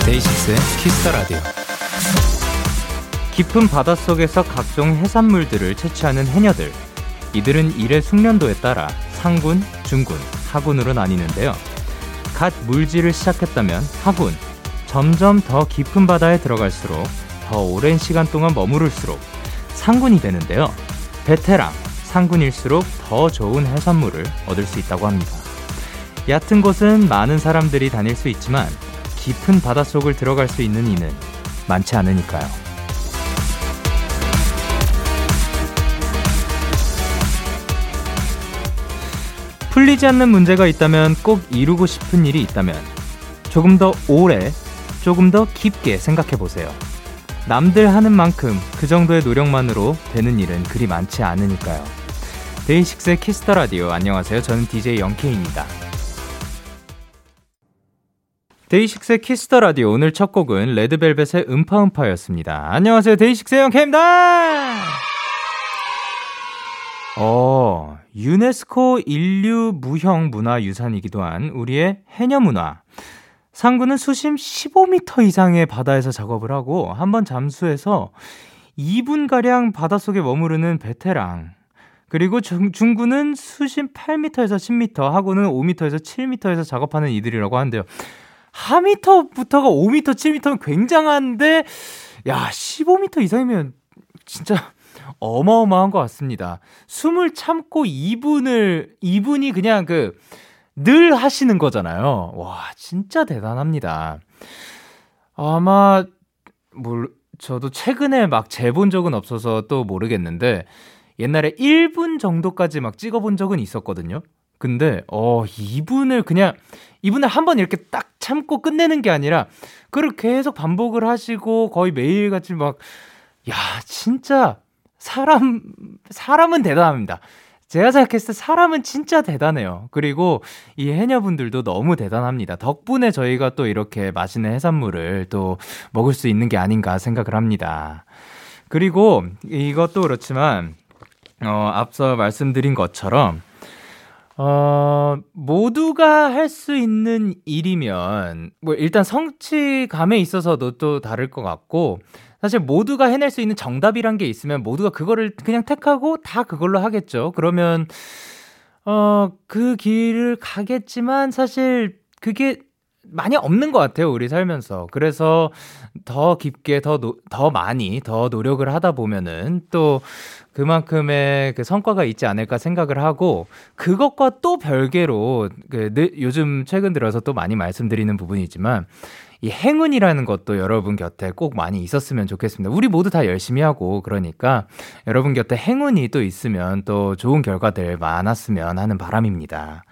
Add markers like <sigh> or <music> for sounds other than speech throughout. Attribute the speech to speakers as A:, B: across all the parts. A: KBS의 키스터 라디오.
B: 깊은 바닷속에서 각종 해산물들을 채취하는 해녀들. 이들은 일의 숙련도에 따라 상군, 중군, 하군으로 나뉘는데요. 갓 물질을 시작했다면 하군. 점점 더 깊은 바다에 들어갈수록 더 오랜 시간 동안 머무를수록 상군이 되는데요. 베테랑, 상군일수록 더 좋은 해산물을 얻을 수 있다고 합니다. 얕은 곳은 많은 사람들이 다닐 수 있지만 깊은 바닷속을 들어갈 수 있는 이는 많지 않으니까요. 풀리지 않는 문제가 있다면 꼭 이루고 싶은 일이 있다면 조금 더 오래, 조금 더 깊게 생각해 보세요. 남들 하는 만큼 그 정도의 노력만으로 되는 일은 그리 많지 않으니까요. 데이식스의 키스터 라디오 안녕하세요. 저는 DJ 영케이입니다. 데이식스의 키스터 라디오 오늘 첫 곡은 레드벨벳의 음파음파였습니다. 안녕하세요. 데이식스의 영케이입니다. 어, 유네스코 인류 무형 문화 유산이기도 한 우리의 해녀 문화. 상구는 수심 15m 이상의 바다에서 작업을 하고 한 번 잠수해서 2분 가량 바닷속에 머무르는 베테랑. 그리고 중, 중구는 수심 8m에서 10m, 하고는 5m에서 7m에서 작업하는 이들이라고 하는데요. 하미터부터가 5m, 7m면 굉장한데 야, 15m 이상이면 진짜 어마어마한 것 같습니다. 숨을 참고 2분을, 2분이 그냥 그, 늘 하시는 거잖아요. 와, 진짜 대단합니다. 아마, 물, 저도 최근에 막 재본 적은 없어서 또 모르겠는데, 옛날에 1분 정도까지 막 찍어본 적은 있었거든요. 근데, 어, 2분을 그냥, 2분을 한 번 이렇게 딱 참고 끝내는 게 아니라, 그걸 계속 반복을 하시고, 거의 매일같이 막, 야, 진짜, 사람, 사람은 대단합니다. 제가 생각했을 때 사람은 진짜 대단해요. 그리고 이 해녀분들도 너무 대단합니다. 덕분에 저희가 또 이렇게 맛있는 해산물을 또 먹을 수 있는 게 아닌가 생각을 합니다. 그리고 이것도 그렇지만, 어, 앞서 말씀드린 것처럼, 어, 모두가 할 수 있는 일이면, 뭐, 일단 성취감에 있어서도 또 다를 것 같고, 사실 모두가 해낼 수 있는 정답이란 게 있으면 모두가 그거를 그냥 택하고 다 그걸로 하겠죠. 그러면, 어, 그 길을 가겠지만 사실 그게 많이 없는 것 같아요, 우리 살면서. 그래서 더 깊게, 더, 노, 더 많이, 더 노력을 하다 보면은 또 그만큼의 그 성과가 있지 않을까 생각을 하고 그것과 또 별개로 그, 요즘 최근 들어서 또 많이 말씀드리는 부분이지만 이 행운이라는 것도 여러분 곁에 꼭 많이 있었으면 좋겠습니다. 우리 모두 다 열심히 하고 그러니까 여러분 곁에 행운이 또 있으면 또 좋은 결과들 많았으면 하는 바람입니다.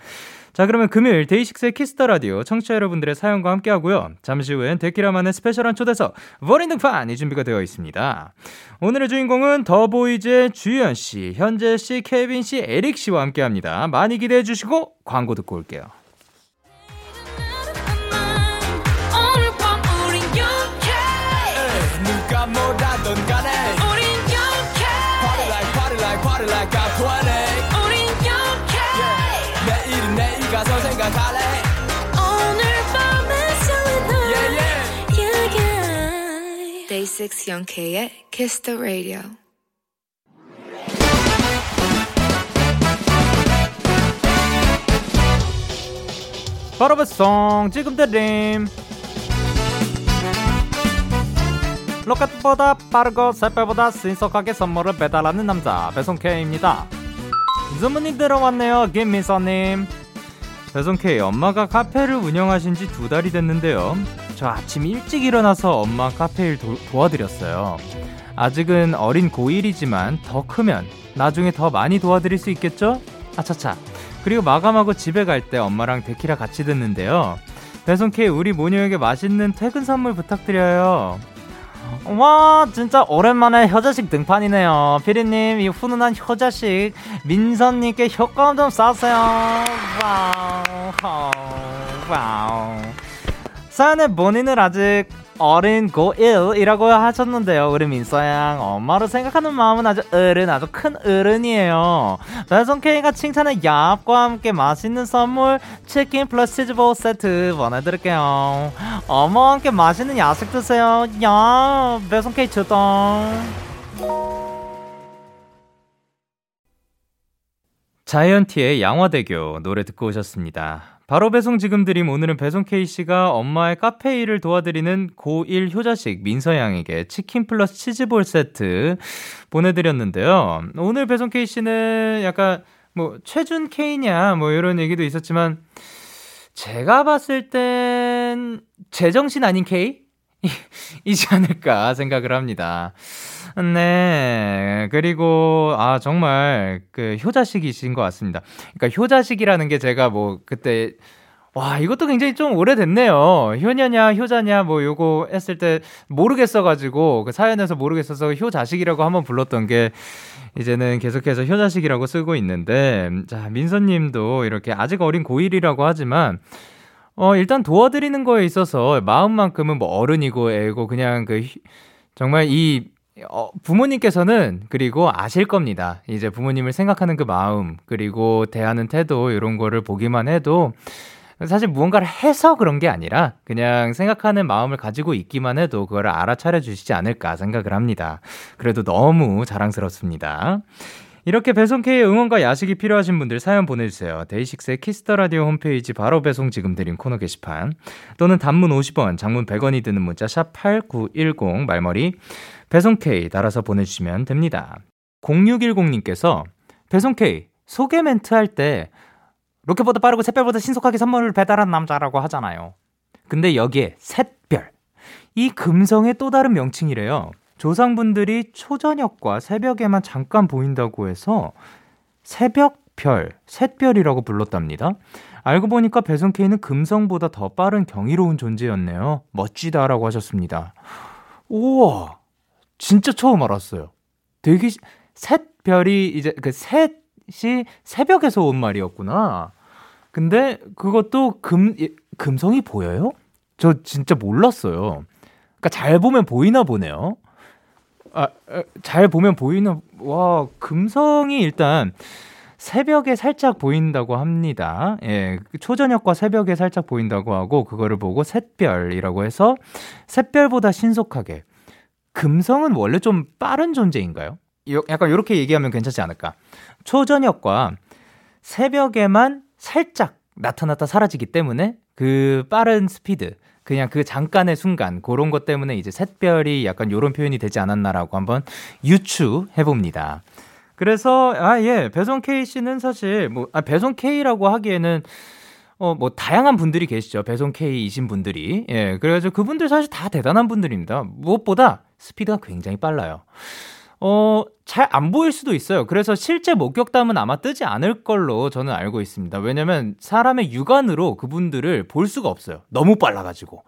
B: 자 그러면 금요일 데이식스의 키스터 라디오 청취자 여러분들의 사연과 함께 하고요. 잠시 후엔 데키라만의 스페셜한 초대석 버린등판이 준비가 되어 있습니다. 오늘의 주인공은 더보이즈의 주현 씨, 현재 씨, 케빈 씨, 에릭 씨와 함께 합니다. 많이 기대해 주시고 광고 듣고 올게요.
C: 누가 뭐라던 간에
D: 우린
C: Party
D: 영케이
C: like party like party like I'm 20
D: 우린 영케이
C: 내일은 내일 가서 생각할래
D: 오늘 밤에 설레는
C: Yeah yeah
D: 얘기야
E: Day 6 Young K의 Kiss the Radio.
B: 바로바송 지금 들림 로켓보다 빠르고 새배보다 신속하게 선물을 배달하는 남자 배송K입니다 주문이 들어왔네요 김미선님 배송K 엄마가 카페를 운영하신 지 두 달이 됐는데요 저 아침 일찍 일어나서 엄마 카페 일 도, 도와드렸어요 아직은 어린 고1이지만 더 크면 나중에 더 많이 도와드릴 수 있겠죠? 아차차 그리고 마감하고 집에 갈 때 엄마랑 데키라 같이 듣는데요. 배송K 우리 모녀에게 맛있는 퇴근 선물 부탁드려요. 와 진짜 오랜만에 효자식 등판이네요. 피디님 이 훈훈한 효자식 민선님께 효과음 좀 쏴세요. 와우 와우. 사연의 본인을 아직 어린 고1이라고 하셨는데요. 우리 민서양 엄마를 생각하는 마음은 아주 어른 아주 큰 어른이에요. 배송K가 칭찬의 얍과 함께 맛있는 선물 치킨 플러스 치즈볼 세트 보내드릴게요. 엄마와 함께 맛있는 야식 드세요. 야 배송K 주동. 자이언티의 양화대교 노래 듣고 오셨습니다. 바로 배송 지금 드림 오늘은 배송 K씨가 엄마의 카페 일을 도와드리는 고1 효자식 민서양에게 치킨 플러스 치즈볼 세트 보내드렸는데요. 오늘 배송 K씨는 약간 뭐 최준 K냐 뭐 이런 얘기도 있었지만 제가 봤을 땐 제정신 아닌 K? <laughs> 이지 않을까 생각을 합니다. 네. 그리고, 아, 정말, 그, 효자식이신 것 같습니다. 그러니까, 효자식이라는 게 제가 뭐, 그때, 와, 이것도 굉장히 좀 오래됐네요. 효녀냐, 효자냐, 뭐, 요거 했을 때 모르겠어가지고, 그 사연에서 모르겠어서 효자식이라고 한번 불렀던 게, 이제는 계속해서 효자식이라고 쓰고 있는데, 자, 민서님도 이렇게 아직 어린 고1이라고 하지만, 어, 일단 도와드리는 거에 있어서 마음만큼은 뭐 어른이고 애고 그냥 그 희- 정말 이 어, 부모님께서는 그리고 아실 겁니다. 이제 부모님을 생각하는 그 마음 그리고 대하는 태도 이런 거를 보기만 해도 사실 무언가를 해서 그런 게 아니라 그냥 생각하는 마음을 가지고 있기만 해도 그거를 알아차려 주시지 않을까 생각을 합니다. 그래도 너무 자랑스럽습니다. 이렇게 배송K의 응원과 야식이 필요하신 분들 사연 보내주세요. 데이식스의 키스터라디오 홈페이지 바로 배송 지금 드린 코너 게시판 또는 단문 50원, 장문 100원이 드는 문자 샵 8910 말머리 배송K 달아서 보내주시면 됩니다. 0610님께서 배송K 소개 멘트 할 때 로켓보다 빠르고 샛별보다 신속하게 선물을 배달한 남자라고 하잖아요. 근데 여기에 샛별 이 금성의 또 다른 명칭이래요. 조상분들이 초저녁과 새벽에만 잠깐 보인다고 해서 새벽별, 샛별이라고 불렀답니다. 알고 보니까 배송K는 금성보다 더 빠른 경이로운 존재였네요. 멋지다라고 하셨습니다. 우와, 진짜 처음 알았어요. 되게 시- 샛별이 이제 그 셋이 새벽에서 온 말이었구나. 근데 그것도 금 예, 금성이 보여요? 저 진짜 몰랐어요. 그러니까 잘 보면 보이나 보네요. 아, 에, 잘 보면 보이나 와 금성이 일단 새벽에 살짝 보인다고 합니다. 예, 그 초저녁과 새벽에 살짝 보인다고 하고 그거를 보고 샛별이라고 해서 샛별보다 신속하게 금성은 원래 좀 빠른 존재인가요? 요- 약간 이렇게 얘기하면 괜찮지 않을까? 초저녁과 새벽에만 살짝 나타났다 사라지기 때문에 그 빠른 스피드 그냥 그 잠깐의 순간 그런 것 때문에 이제 샛별이 약간 요런 표현이 되지 않았나라고 한번 유추해 봅니다. 그래서 아 예 배송 K 씨는 사실 뭐 아, 배송 K라고 하기에는 어, 뭐, 다양한 분들이 계시죠. 배송 K이신 분들이. 예, 그래가지고 그분들 사실 다 대단한 분들입니다. 무엇보다 스피드가 굉장히 빨라요. 어, 잘 안 보일 수도 있어요. 그래서 실제 목격담은 아마 뜨지 않을 걸로 저는 알고 있습니다. 왜냐면 사람의 육안으로 그분들을 볼 수가 없어요. 너무 빨라가지고.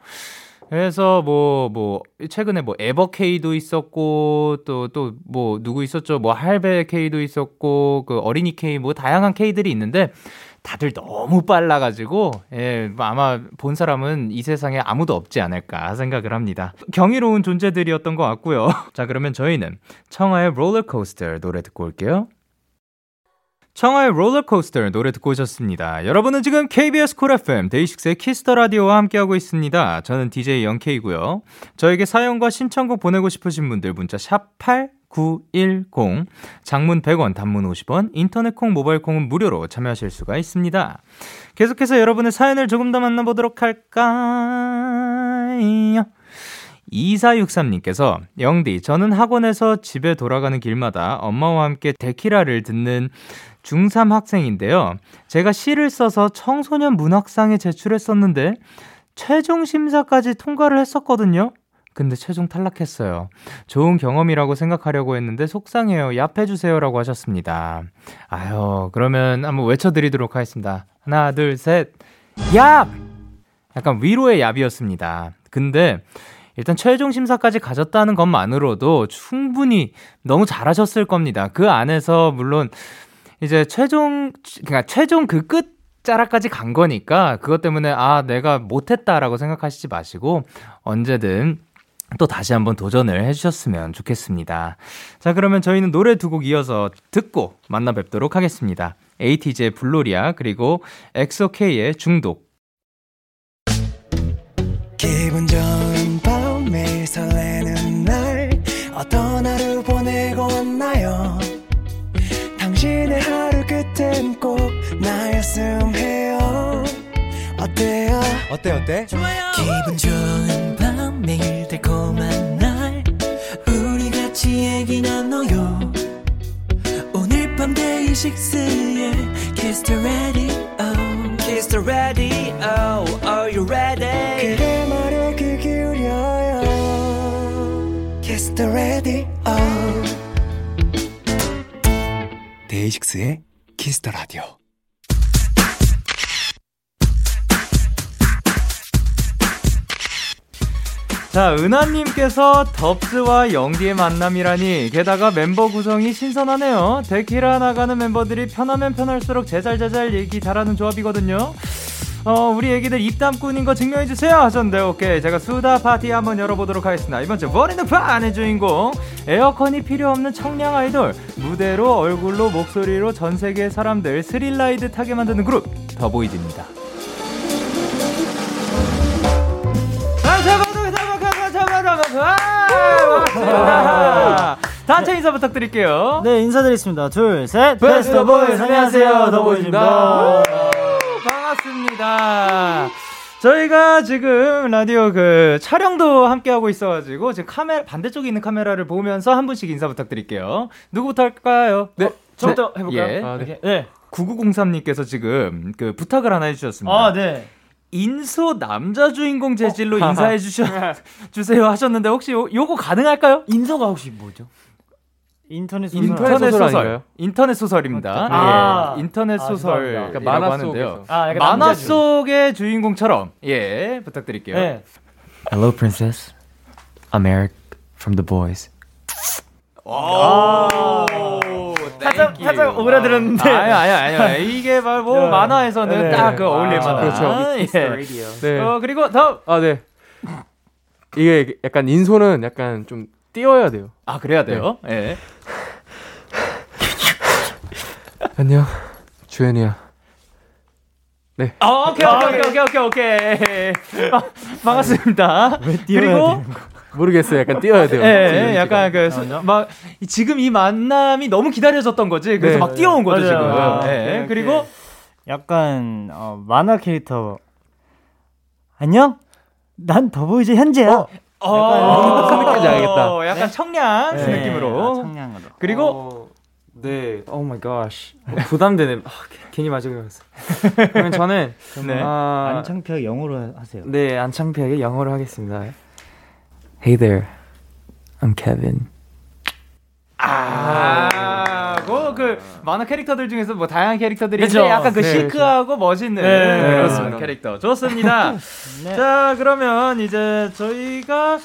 B: 그래서 뭐, 뭐, 최근에 뭐, 에버케이도 있었고, 또, 또, 뭐, 누구 있었죠? 뭐, 할배케이도 있었고, 그 어린이 케이, 뭐, 다양한 케이들이 있는데, 다들 너무 빨라가지고, 예, 뭐 아마 본 사람은 이 세상에 아무도 없지 않을까 생각을 합니다. 경이로운 존재들이었던 것 같고요. <laughs> 자, 그러면 저희는 청하의 롤러코스터 노래 듣고 올게요. 청하의 롤러코스터 노래 듣고 오셨습니다. 여러분은 지금 KBS 쿨 FM 데이식스의 키스터 라디오와 함께하고 있습니다. 저는 DJ 영케이고요. 저에게 사연과 신청곡 보내고 싶으신 분들 문자 샵 8910 장문 100원, 단문 50원, 인터넷 콩, 모바일 콩은 무료로 참여하실 수가 있습니다. 계속해서 여러분의 사연을 조금 더 만나보도록 할까요? 2463님께서 영디 저는 학원에서 집에 돌아가는 길마다 엄마와 함께 데키라를 듣는 중3 학생인데요. 제가 시를 써서 청소년 문학상에 제출했었는데 최종 심사까지 통과를 했었거든요. 근데 최종 탈락했어요. 좋은 경험이라고 생각하려고 했는데 속상해요. 얍해 주세요라고 하셨습니다. 아유, 그러면 한번 외쳐 드리도록 하겠습니다. 하나, 둘, 셋. 얍! 약간 위로의 얍이었습니다. 근데 일단 최종 심사까지 가졌다는 것만으로도 충분히 너무 잘하셨을 겁니다. 그 안에서 물론 이제 최종 그러니까 최종 그 끝 짜라까지 간 거니까 그것 때문에 아 내가 못했다라고 생각하시지 마시고 언제든 또 다시 한번 도전을 해주셨으면 좋겠습니다. 자 그러면 저희는 노래 두 곡 이어서 듣고 만나 뵙도록 하겠습니다. 에이티즈의 블로리아 그리고 엑소케이의 중독
C: 기분 좋은 밤 매일 설레는 날 어떤 하루 보내고 왔나요 당신의 하루 끝엔 꼭 나였음 해요 어때요
F: 어때 어때?
C: 기분 좋은 밤 매일 달콤한 날 우리 같이 얘기 나눠요 오늘 밤 데이식스의 Kiss the Radio
G: Kiss the radio, are you ready?
C: 그대 말에 귀 기울여요 Kiss the radio
F: 데이식스의 키스터 라디오.
B: 자, 은하님께서 덥스와 영디의 만남이라니, 게다가 멤버 구성이 신선하네요. 데키라 나가는 멤버들이 편하면 편할수록 제잘제잘 얘기 잘하는 조합이거든요. 어, 우리 애기들 입담꾼인 거 증명해주세요 하셨는데, 오케이. 제가 수다 파티 한번 열어보도록 하겠습니다. 이번 주 머리는 판의 주인공. 에어컨이 필요 없는 청량 아이돌. 무대로, 얼굴로, 목소리로 전 세계 사람들 스릴라이드 타게 만드는 그룹, 더보이즈입니다. 단체 방송 사박하고 잡아라면서 반갑습니다. 단체 인사 부탁드릴게요.
H: 네 인사드리겠습니다 둘셋
B: 베스트 오브 보이즈 안녕하세요 더보이즈입니다.
H: 더보이즈입니다 네.
B: 반갑습니다. 저희가 지금 라디오 그 촬영도 함께 하고 있어가지고 지금 카메라 반대쪽에 있는 카메라를 보면서 한 분씩 인사 부탁드릴게요. 누구부터 할까요? 네,
H: 저부터 해볼까요?
B: 예.
H: 아, 네.
B: 9903님께서 지금 그 부탁을 하나 해주셨습니다.
H: 아, 네.
B: 인소 남자 주인공 재질로 인사해 <laughs> 주셔 주세요 하셨는데 혹시 요, 요거 가능할까요?
H: 인서가 혹시 뭐죠? 인터넷 소설
B: 인터넷 소설,
F: 아닌가요?
B: 인터넷 소설입니다.
H: 아.
B: 예, 인터넷
H: 아,
B: 소설
H: 죄송합니다.
B: 이 그러니까 만화
F: 만화
B: 하는데요.
F: 속에서.
H: 아 약간
B: 만화
H: 남자 주인공.
B: 속의 주인공처럼 예 부탁드릴게요.
H: 네.
I: Hello, princess. I'm Eric from The Boys.
B: 아.
H: 살짝 살짝 오그라들었는데
B: 아니 아니 아니 이게 바로 뭐
H: <laughs> 네.
B: 만화에서는
H: 네.
B: 딱 그 어울릴
H: 아,
B: 만한
H: 그렇죠.
B: 예.
F: 네.
B: 어 그리고 다음
F: 아 네. 이게 약간 인소는 약간 좀 띄어야 돼요.
B: 아 그래야 돼요. 예.
F: 안녕, 주현이야.
B: 어, 오케이 오케이 오케이 오케이 오케이. 아, 반갑습니다. 그리고
F: 모르겠어요. 약간 띄어야 돼요.
B: 예, 예, 약간 그 막 지금 이 만남이 너무 기다려졌던 거지. 그래서
F: 네.
B: 막 뛰어온 거죠
H: 맞아요.
B: 지금.
H: 아,
B: 예,
H: 오케이, 오케이.
B: 그리고
H: 약간 어, 만화 캐릭터 안녕 난 더보이즈 현재야
B: 어,
F: 무슨 느낌인지 알겠다.
B: 어, 약간 청량
H: 네.
B: 느낌으로.
H: 아, 청량으로
B: 그리고
J: 네. Oh my gosh.
B: 뭐
J: 어, 부담되네. 아, 개- 괜히 마지막이었어. 그러면 저는
B: 네.
J: 아,
H: 안창표 영어로 하세요
J: 네 안창피하게 영어로 하겠습니다. Hey there. I'm Kevin.
B: 아, 그, 그 만화 캐릭터들 중에서 뭐 다양한 캐릭터들이
J: 그쵸.
B: 있는데 약간 그
J: 네,
B: 시크하고 멋있는 그런
J: 그렇습니다. <laughs>
B: 캐릭터. 좋습니다.
H: 네.
B: 자, 그러면 이제 저희가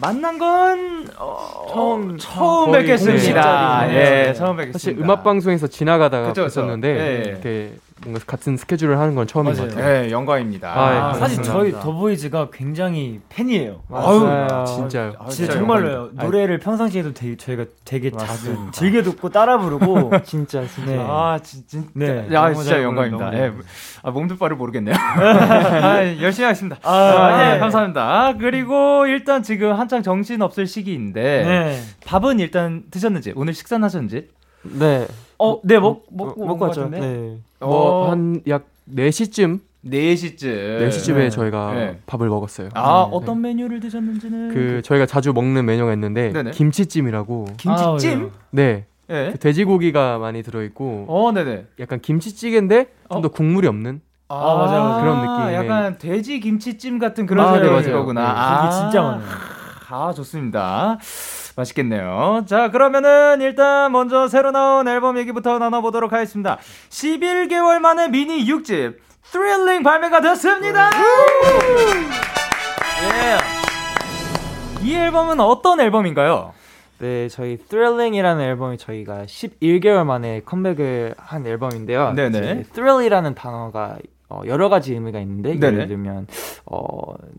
B: 만난 건 어, 처음 처음
F: 거의
B: 뵙겠습니다.
F: 공식적인
H: 네.
B: 예, 처음 뵙겠습니다.
F: 사실 음악 방송에서 지나가다가
B: 그쵸, 그쵸.
F: 봤었는데
B: 예.
F: 이렇게 뭔가 같은 스케줄을 하는 건 처음인 것 같아요.
B: 네, 영광입니다.
F: 아, 예,
H: 사실
F: 감사합니다.
H: 저희 더보이즈가 굉장히 팬이에요 네.
F: 아유, 진짜요.
H: 진짜 정말로요 노래를 평상시에도 되게, 저희가 되게 자주 즐겨 듣고 따라 부르고
J: 진짜 진짜.
H: 네.
B: 아, 진, 진,
H: 네.
B: 야,
H: 너무
B: 진짜
H: 잘 네.
B: 영광입니다.
H: 부르는
B: 예. 아, 몸둘 바를 모르겠네요. <laughs> 아, 열심히 하겠습니다. 아, 예,
H: 네.
B: 감사합니다. 아, 그리고 일단 지금 한창 정신 없을 시기인데
H: 네.
B: 밥은 일단 드셨는지 오늘 식사는 하셨는지?
J: 네.
H: 어, 네, 먹,
J: 먹-
H: 먹고,
J: 먹고 왔죠.
H: 네.
J: 네.
B: 어.
F: 뭐한 약 4시쯤
B: 4시쯤.
F: 4시쯤에
J: 네.
F: 저희가
B: 네.
F: 밥을 먹었어요.
B: 아, 어떤 메뉴를 드셨는지는
F: 네. 그 저희가 자주 먹는 메뉴가 있는데
B: 네네.
F: 김치찜이라고
B: 김치찜?
F: 네
B: 예.
F: 그 돼지고기가 많이 들어있고
B: 어, 네, 네.
F: 약간 김치찌개인데 좀 더 국물이 없는
B: 아,
H: 맞아요, 맞아요.
F: 그런 느낌의.
B: 약간 돼지 김치찜 같은 그런
F: 맞아요,
B: 아,
F: 맞아요.
B: 거구나.
F: 네,
H: 이게 진짜 많아요.
B: 아, 좋습니다. 맛있겠네요. 자, 그러면은 일단 먼저 새로 나온 앨범 얘기부터 나눠보도록 하겠습니다. 11개월 만에 미니 6집, 스릴링 발매가 됐습니다! 예. 이 앨범은 어떤 앨범인가요?
K: 네, 저희 Thrilling이라는 앨범이 저희가 11개월 만에 컴백을 한 앨범인데요.
B: 네네.
K: 이제 Thrill이라는 단어가 어, 여러 가지 의미가 있는데
B: 네네.
K: 예를 들면 어,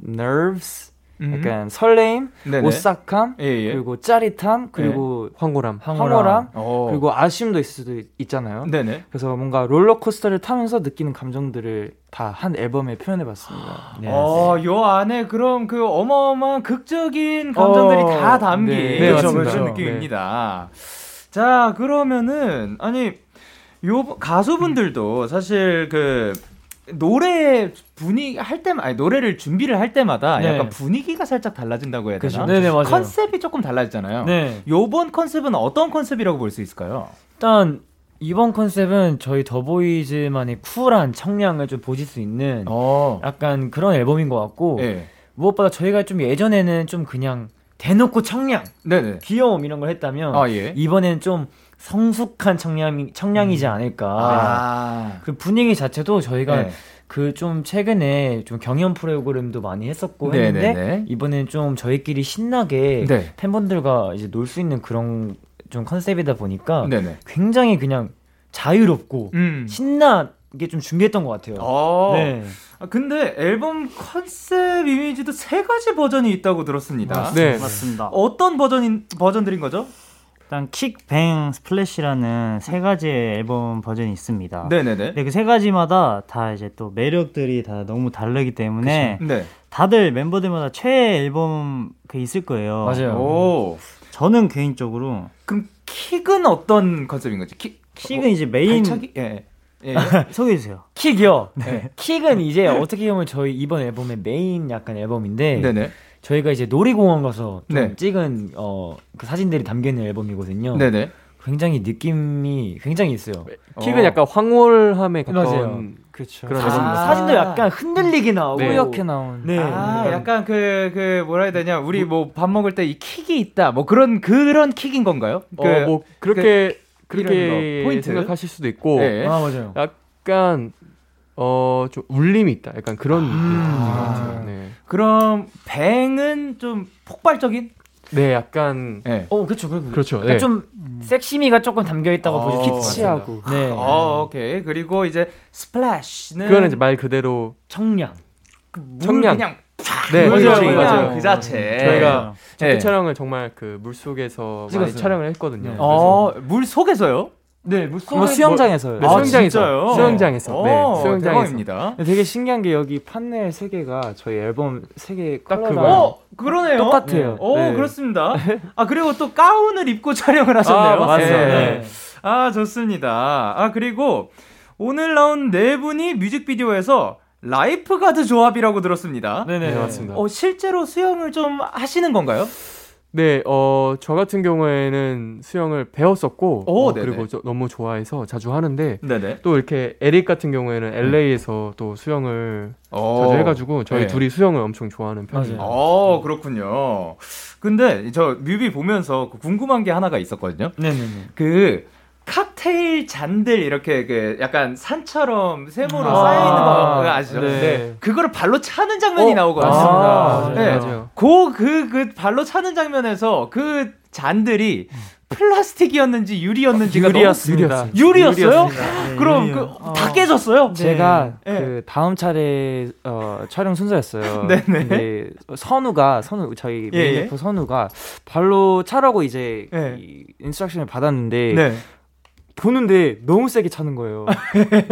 K: nerves,
B: 음.
K: 약간 설레임,
B: 네네. 네.
K: 오싹함,
B: 예, 예.
K: 그리고 짜릿함, 그리고
F: 황홀함.
K: 황홀함,
B: 어.
K: 그리고 아쉬움도 있을 수도 있- 있잖아요.
B: 네네.
K: 그래서 뭔가 롤러코스터를 타면서 느끼는 감정들을 다 한 앨범에 표현해봤습니다.
C: 예.
B: 어, 요 안에 그럼 그 어마어마한 극적인 감정들이
K: 어,
B: 다 담긴
K: 네,
L: 네,
B: 그런
L: 맞습니다. 네.
B: 그런 느낌입니다. 자, 그러면은 아니 요 가수분들도 사실 그 노래 분위기 할 때만 아니 노래를 준비를 할 때마다
L: 네.
B: 약간 분위기가 살짝 달라진다고 해야 되나?
L: 그죠. 네네, 맞아요.
B: 컨셉이 조금 달라지잖아요.
L: 네.
B: 요번 컨셉은 어떤 컨셉이라고 볼 수 있을까요?
L: 일단 이번 컨셉은 저희 더보이즈만의 쿨한 청량을 좀 보실 수 있는
B: 어.
L: 약간 그런 앨범인 것 같고
B: 예.
L: 무엇보다 저희가 좀 예전에는 좀 그냥 대놓고 청량,
B: 네, 네.
L: 귀여움 이런 걸 했다면
B: 아, 예.
L: 어. 이번에는 좀 성숙한 청량이 청량이지 않을까.
B: 음. 아.
L: 그 분위기 자체도 저희가
B: 네.
L: 그 좀 최근에 좀 경연 프로그램도 많이 했었고
B: 네,
L: 했는데
B: 네, 네.
L: 이번에는 좀 저희끼리 신나게
B: 네.
L: 팬분들과 이제 놀 수 있는 그런 좀 컨셉이다 보니까
B: 네, 네.
L: 굉장히 그냥 자유롭고
B: 음.
L: 신나게 좀 준비했던 것 같아요.
B: 어.
L: 네.
B: 아, 근데 앨범 컨셉 이미지도 세 가지 버전이 있다고 들었습니다.
F: 네.
H: 맞습니다.
B: 어떤 버전인 버전들인 거죠?
H: 일단 킥뱅 스플래시라는 세 가지의 앨범 버전이 있습니다.
B: 아, 네네네.
H: 네, 그 세 가지마다 다 이제 또 매력들이 다 너무 다르기 때문에
B: 네.
H: 다들 멤버들마다 최애 앨범 그 있을 거예요. 뭐
B: 오.
H: 저는 개인적으로
B: 그럼 킥은 어떤 컨셉인 거지? 킥
H: 킥은 이제 메인
B: 발차기? 예. 예.
H: 소개해 주세요.
L: 킥이요.
B: 네.
L: 킥은 이제 어떻게 보면 저희 이번 앨범의 메인 약간 앨범인데
B: 네, 네.
L: 저희가 이제 놀이공원 가서 좀
B: 네.
L: 찍은 어, 그 사진들이 담겨 있는 앨범이거든요.
B: 네, 네.
L: 굉장히 느낌이 굉장히 있어요.
F: 킥은 약간 황홀함에 가까운
L: 맞아요.
K: 그렇죠.
F: 그런
B: 아.
F: 앨범입니다.
L: 사진도 약간 흔들리게 나오고
F: 네.
K: 뿌옇게 나온.
L: 네.
B: 아, 약간 그 그 뭐라 해야 되냐? 우리 뭐 밥 먹을 때 이 킥이 있다. 뭐 그런 그런 킥인 건가요?
F: 어, 뭐 그렇게 그, 렇
B: 이런
F: 게
B: 거, 포인트.
F: 생각하실 수도 있고
B: 예.
L: 아 맞아요.
F: 약간 어 좀 울림이 있다. 약간 그런 느낌인 것 같아요. 네.
B: 그럼 뱅은 좀 폭발적인?
F: 네, 약간
B: 예.
L: 어 그렇죠. 그렇죠.
F: 그렇죠. 네.
L: 그러니까
K: 음.
L: 좀 섹시미가 조금 담겨 있다고
B: 어,
L: 보실 수 있을 것
B: 피치하고.
L: 같아요. 네.
B: 어, 오케이. 그리고 이제 스플래시는
F: 그거는 이제 말 그대로
L: 청량.
B: 물
F: 청량.
B: 그냥
F: 네,
B: 물
F: 맞아요,
B: 그냥
F: 맞아요.
B: 그 자체.
F: 저희가
B: 네.
F: 그 촬영을 정말 그 물 속에서 많이
L: 찍었어요.
F: 촬영을 했거든요.
B: 어, 물 속에서요?
L: 네, 물
K: 뭐 수영장에서요.
F: 네,
B: 아,
F: 수영장에서.
B: 진짜요?
F: 수영장에서. 네,
B: 오,
F: 수영장에서.
B: 대박입니다.
K: 되게 신기한 게 여기 판넬 세 개가 저희 앨범 세개
F: 딱
K: 컬러가
F: 그거요.
B: 어, 그러네요.
K: 똑같아요.
B: 오,
K: 네.
F: <laughs>
B: 그렇습니다. 아, 그리고 또 가운을 입고 촬영을 하셨네요.
F: 아, 맞아요.
B: 네.
F: 네.
B: 아, 좋습니다. 아, 그리고 오늘 나온 네 분이 뮤직비디오에서 라이프가드 조합이라고 들었습니다.
F: 네, 맞습니다.
B: 어, 실제로 수영을 좀 하시는 건가요?
F: 네, 어, 저 같은 경우에는 수영을 배웠었고,
B: 오,
F: 어,
B: 네네.
F: 그리고 저- 너무 좋아해서 자주 하는데,
B: 네네.
F: 또 이렇게 에릭 같은
B: 음.
F: 경우에는 LA에서 또 수영을
B: 어.
F: 자주 해가지고, 저희
B: 네.
F: 둘이 수영을 엄청 좋아하는 편이에요.
B: 어, 그렇군요. 근데 저 뮤비 보면서 그 궁금한 게 하나가 있었거든요.
L: 네, 네, 네.
B: 그 칵테일 잔들 이렇게 그 약간 산처럼 세모로
L: 아.
B: 쌓여 있는 거 그거 아시죠?
F: 네.
B: 네. 그거를 발로 차는 장면이 나오거든요.
F: 맞습니다.
B: 네.
F: 맞아요.
B: 그, 그, 그 발로 차는 장면에서 그 잔들이 플라스틱이었는지 유리였는지가
K: 유리였습니다.
B: 너무 유리였어요?
H: 네,
B: 그럼 그 다 깨졌어요?
K: 제가
B: 네.
K: 그 다음 차례 어, 촬영 순서였어요.
B: <laughs> 네네.
K: 근데 선우가 선우 저희
B: 예,
K: 메인
B: 예.
K: 래퍼 선우가 발로 차라고 이제
B: 예.
K: 이 인스트럭션을 받았는데
B: 네.
K: 보는데 너무 세게 차는
B: <laughs>
K: 거예요.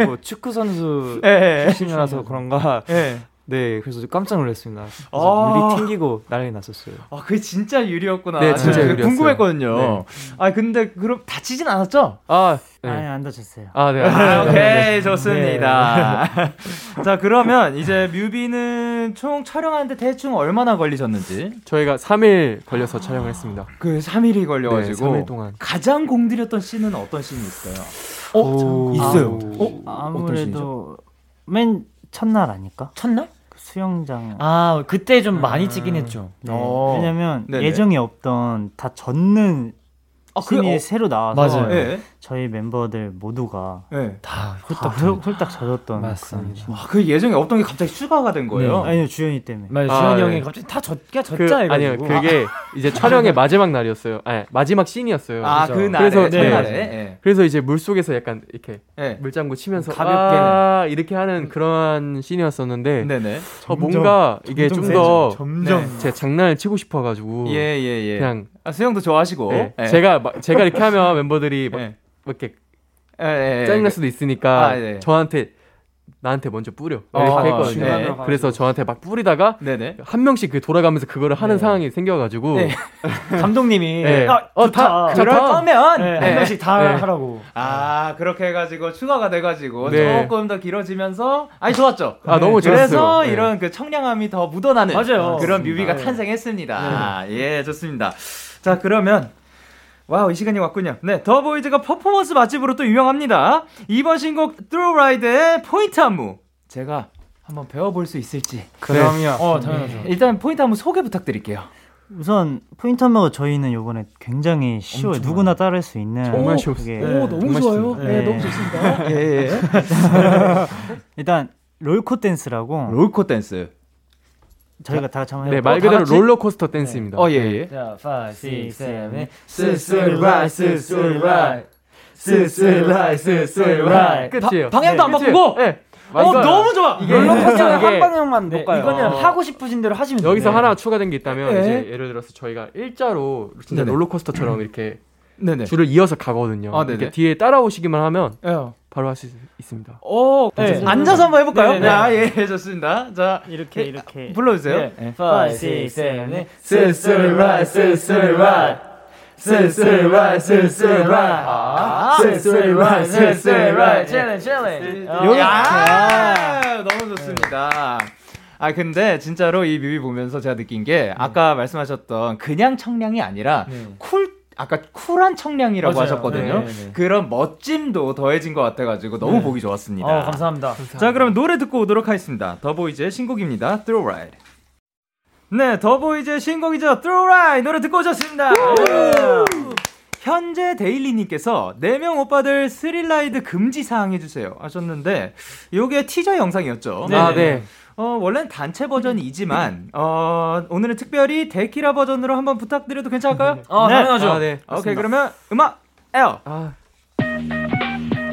K: 뭐 축구 선수
B: 예, 예.
K: 출신이라서 그런가.
B: 예.
K: 네, 그래서 깜짝 놀랐습니다. 그래서
B: 아.
K: 유리 튕기고 난리 났었어요.
B: 아, 그게 진짜 유리였구나.
F: 네, 진짜
B: 저는
F: 유리였어요. 네.
B: 궁금했거든요. 아, 근데 그럼 다치진 않았죠?
F: 아, 네.
H: 아니 안 다쳤어요.
F: 아, 네.
B: 아, 오케이, 좋습니다. 네. <laughs> 자, 그러면 이제 뮤비는 총 촬영하는데 대충 얼마나 걸리셨는지?
F: 저희가 3일 걸려서 촬영을 했습니다.
B: 그 3일이
F: 네, 3일
B: 걸려가지고.
F: 동안.
B: 가장 공들였던 씬은 어떤 씬이 있어요? 아,
F: 오,
B: 있어요.
H: 아무래도 맨 첫날 아닐까? 그
L: 첫날?
H: 수영장.
L: 아, 그때 좀 많이 찍긴
K: 음.
L: 했죠.
H: 네.
B: 어.
H: 왜냐면
B: 네네.
H: 예정이 없던 다 젖는
B: 그래요?
H: 신이
B: 어.
H: 새로 나와서
L: 맞아요.
F: 네.
B: 예.
H: 저희 멤버들 모두가
B: 네.
H: 다 홀딱 홀, 홀딱 젖었던
K: 맞습니다.
H: 그런-
B: 아, 그 예정에 없던 게 갑자기 추가가 된 거예요.
H: 네. 아니요 주현이 때문에
L: 맞아
F: 아,
L: 주현이
K: 예.
F: 네.
L: 형이 갑자기 다 젖게 젖자
F: 그,
L: 이래가지고
F: 아니요 그게
B: <laughs>
F: 이제 촬영의 마지막 날이었어요. 아니, 마지막 씬이었어요.
B: 아,
L: 그죠.
B: 그 날에
F: 네. 그래서-
B: 그
F: 네.
B: 날에. 예.
F: 그래서 이제 물 속에서 약간 이렇게
B: 예.
F: 물장구 치면서
L: 가볍게.
F: 아, 이렇게 하는 그런 씬이었었는데
B: 네, 네.
F: 어, 뭔가 이게 좀 더 제
B: 점점.
F: 장난을 치고 싶어가지고
B: 예, 예, 예.
F: 그냥
B: 아, 수영도 좋아하시고.
F: 예.
B: 예.
F: 제가 막- 제가 이렇게
B: <laughs>
F: 하면 멤버들이 막
B: 예.
F: 이렇게
B: 예, 예, 예.
F: 짜증날 수도 있으니까
B: 아, 네.
F: 저한테 나한테 먼저 뿌려
B: 어,
F: 이렇게
B: 네.
F: 했거든요. 예. 그래서 저한테 막 뿌리다가
B: 네, 네.
F: 한 명씩 그 돌아가면서 그거를 하는
B: 예.
F: 상황이 생겨가지고
B: 네.
L: 감독님이
F: 네.
B: 예.
L: 아,
F: 어,
L: 좋다.
F: 다-
L: 그럴
F: 좋다.
L: 거면
H: 네.
L: 한 명씩 다
F: 네.
L: 하라고
B: 아, 그렇게 해가지고 추가가 돼가지고
F: 네.
B: 조금 더 길어지면서 아니 좋았죠.
F: 아, 너무
B: 그래서
F: 좋았어요. 네.
B: 이런 그 청량함이 더 묻어나는
L: 맞아요.
B: 그런
L: 맞습니다.
B: 뮤비가
L: 네.
B: 탄생했습니다. 아, 예, 좋습니다. 자, 그러면 와우, 이 시간이 왔군요. 네, 더 보이즈가 퍼포먼스 맛집으로 또 유명합니다. 이번 신곡 Through Ride의 포인트 안무 제가 한번 배워볼 수 있을지. 네.
K: 그럼요.
L: 어 당연하죠
B: 일단 포인트 안무 소개 부탁드릴게요.
H: 우선 포인트 안무가 저희는 요번에 굉장히 쉬워요 누구나 따라할 수 있는
F: 정말
H: 그게-
F: 쉬웠어요.
H: 네,
B: 오, 너무
F: 정말
B: 좋아요.
H: 쉽습니다. 네.
B: 좋습니다. 예, 예.
H: <laughs> 일단 롤코 댄스라고
B: 롤코 댄스.
H: 저희가 다 같이 한번
F: 네,
H: 해볼까요?
F: 말
B: 어, 다
F: 그대로
B: 같이?
F: 롤러코스터 댄스입니다.
B: 어, 예, 예.
K: 네,
L: 자 5, 6, 7, 8
K: 쓸쓸라이, 쓸쓸라이. 쓸쓸라이, 쓸쓸라이.
F: 끝이에요.
B: 그 방향도 안 바꾸고.
F: 네.
B: 어,
F: 맞아요.
B: 너무 좋아.
F: 이게
L: 롤러코스터는
F: 이게
L: 한 방향만 못 가요
F: 이거는
L: 네, 하고 싶으신 대로 하시면
F: 여기서 하나 추가된 게 있다면
B: 예.
F: 이제 예를 들어서 저희가 일자로 진짜
B: 네네.
F: 롤러코스터처럼 이렇게
B: 네네.
F: 줄을 이어서 가거든요.
B: 아, 네네.
F: 이렇게 뒤에 따라오시기만 하면
B: 예.
F: 바로 할 수 있습니다.
B: 오,
L: 네.
B: 앉아서 한번 해볼까요?
L: 네네네.
B: 아, 예, 예, 좋습니다. 자,
H: 이렇게 이렇게
B: 불러주세요. 예.
L: 5, 6, 7, 8
K: 쓸쓸라이, 쓸쓸라이. 쓸쓸라이, 쓸쓸라이.
B: 아,
K: 쓸쓸라이, 어, 쓸쓸라이.
L: 챌린지 챌린지
B: 야, 예. 아, 너무 좋습니다. 아, 근데 진짜로 이 뮤비 보면서 제가 느낀
L: 네.
B: 게 아까 말씀하셨던 그냥 청량이 아니라 쿨, 아까 쿨한 청량이라고
L: 맞아요.
B: 하셨거든요.
L: 네, 네, 네.
B: 그런 멋짐도 더해진 것 같아가지고 너무 보기 좋았습니다.
L: 어 감사합니다
B: 자, 그럼 노래 듣고 오도록 하겠습니다. 더보이즈의 신곡입니다. Through Ride. 네, 더보이즈의 신곡이죠. Through Ride 노래 듣고 오셨습니다. 네. 현재 데일리님께서 4명 오빠들 스릴라이드 금지 사항 해주세요 하셨는데 요게 티저 영상이었죠.
F: 아, 네.
B: 어, 원래는 단체 버전이지만 어, 오늘은 특별히 데키라 버전으로 한번 부탁드려도 괜찮을까요?
L: 어 당연하죠
F: 아, 네.
B: 오케이 그러면 음악 에어
F: 아,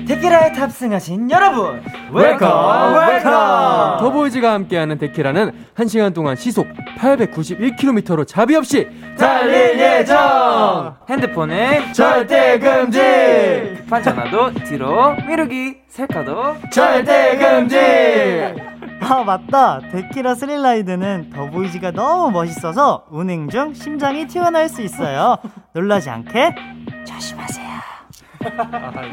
L: 테키라에 탑승하신 여러분
B: 웰컴, 웰컴.
F: 아, 더보이즈가 함께하는 데키라는 1시간 동안 시속 891km로 자비 없이 달릴
K: 아.
F: 예정!
L: 핸드폰에
F: 절대 금지!
L: 반찬나도 뒤로 미루기 셀카도
F: 절대 금지!
H: 아 맞다 데키라 스릴라이드는 더보이즈가 너무 멋있어서 운행 중 심장이 튀어나올 수 있어요 놀라지 않게 조심하세요
F: 아, 네.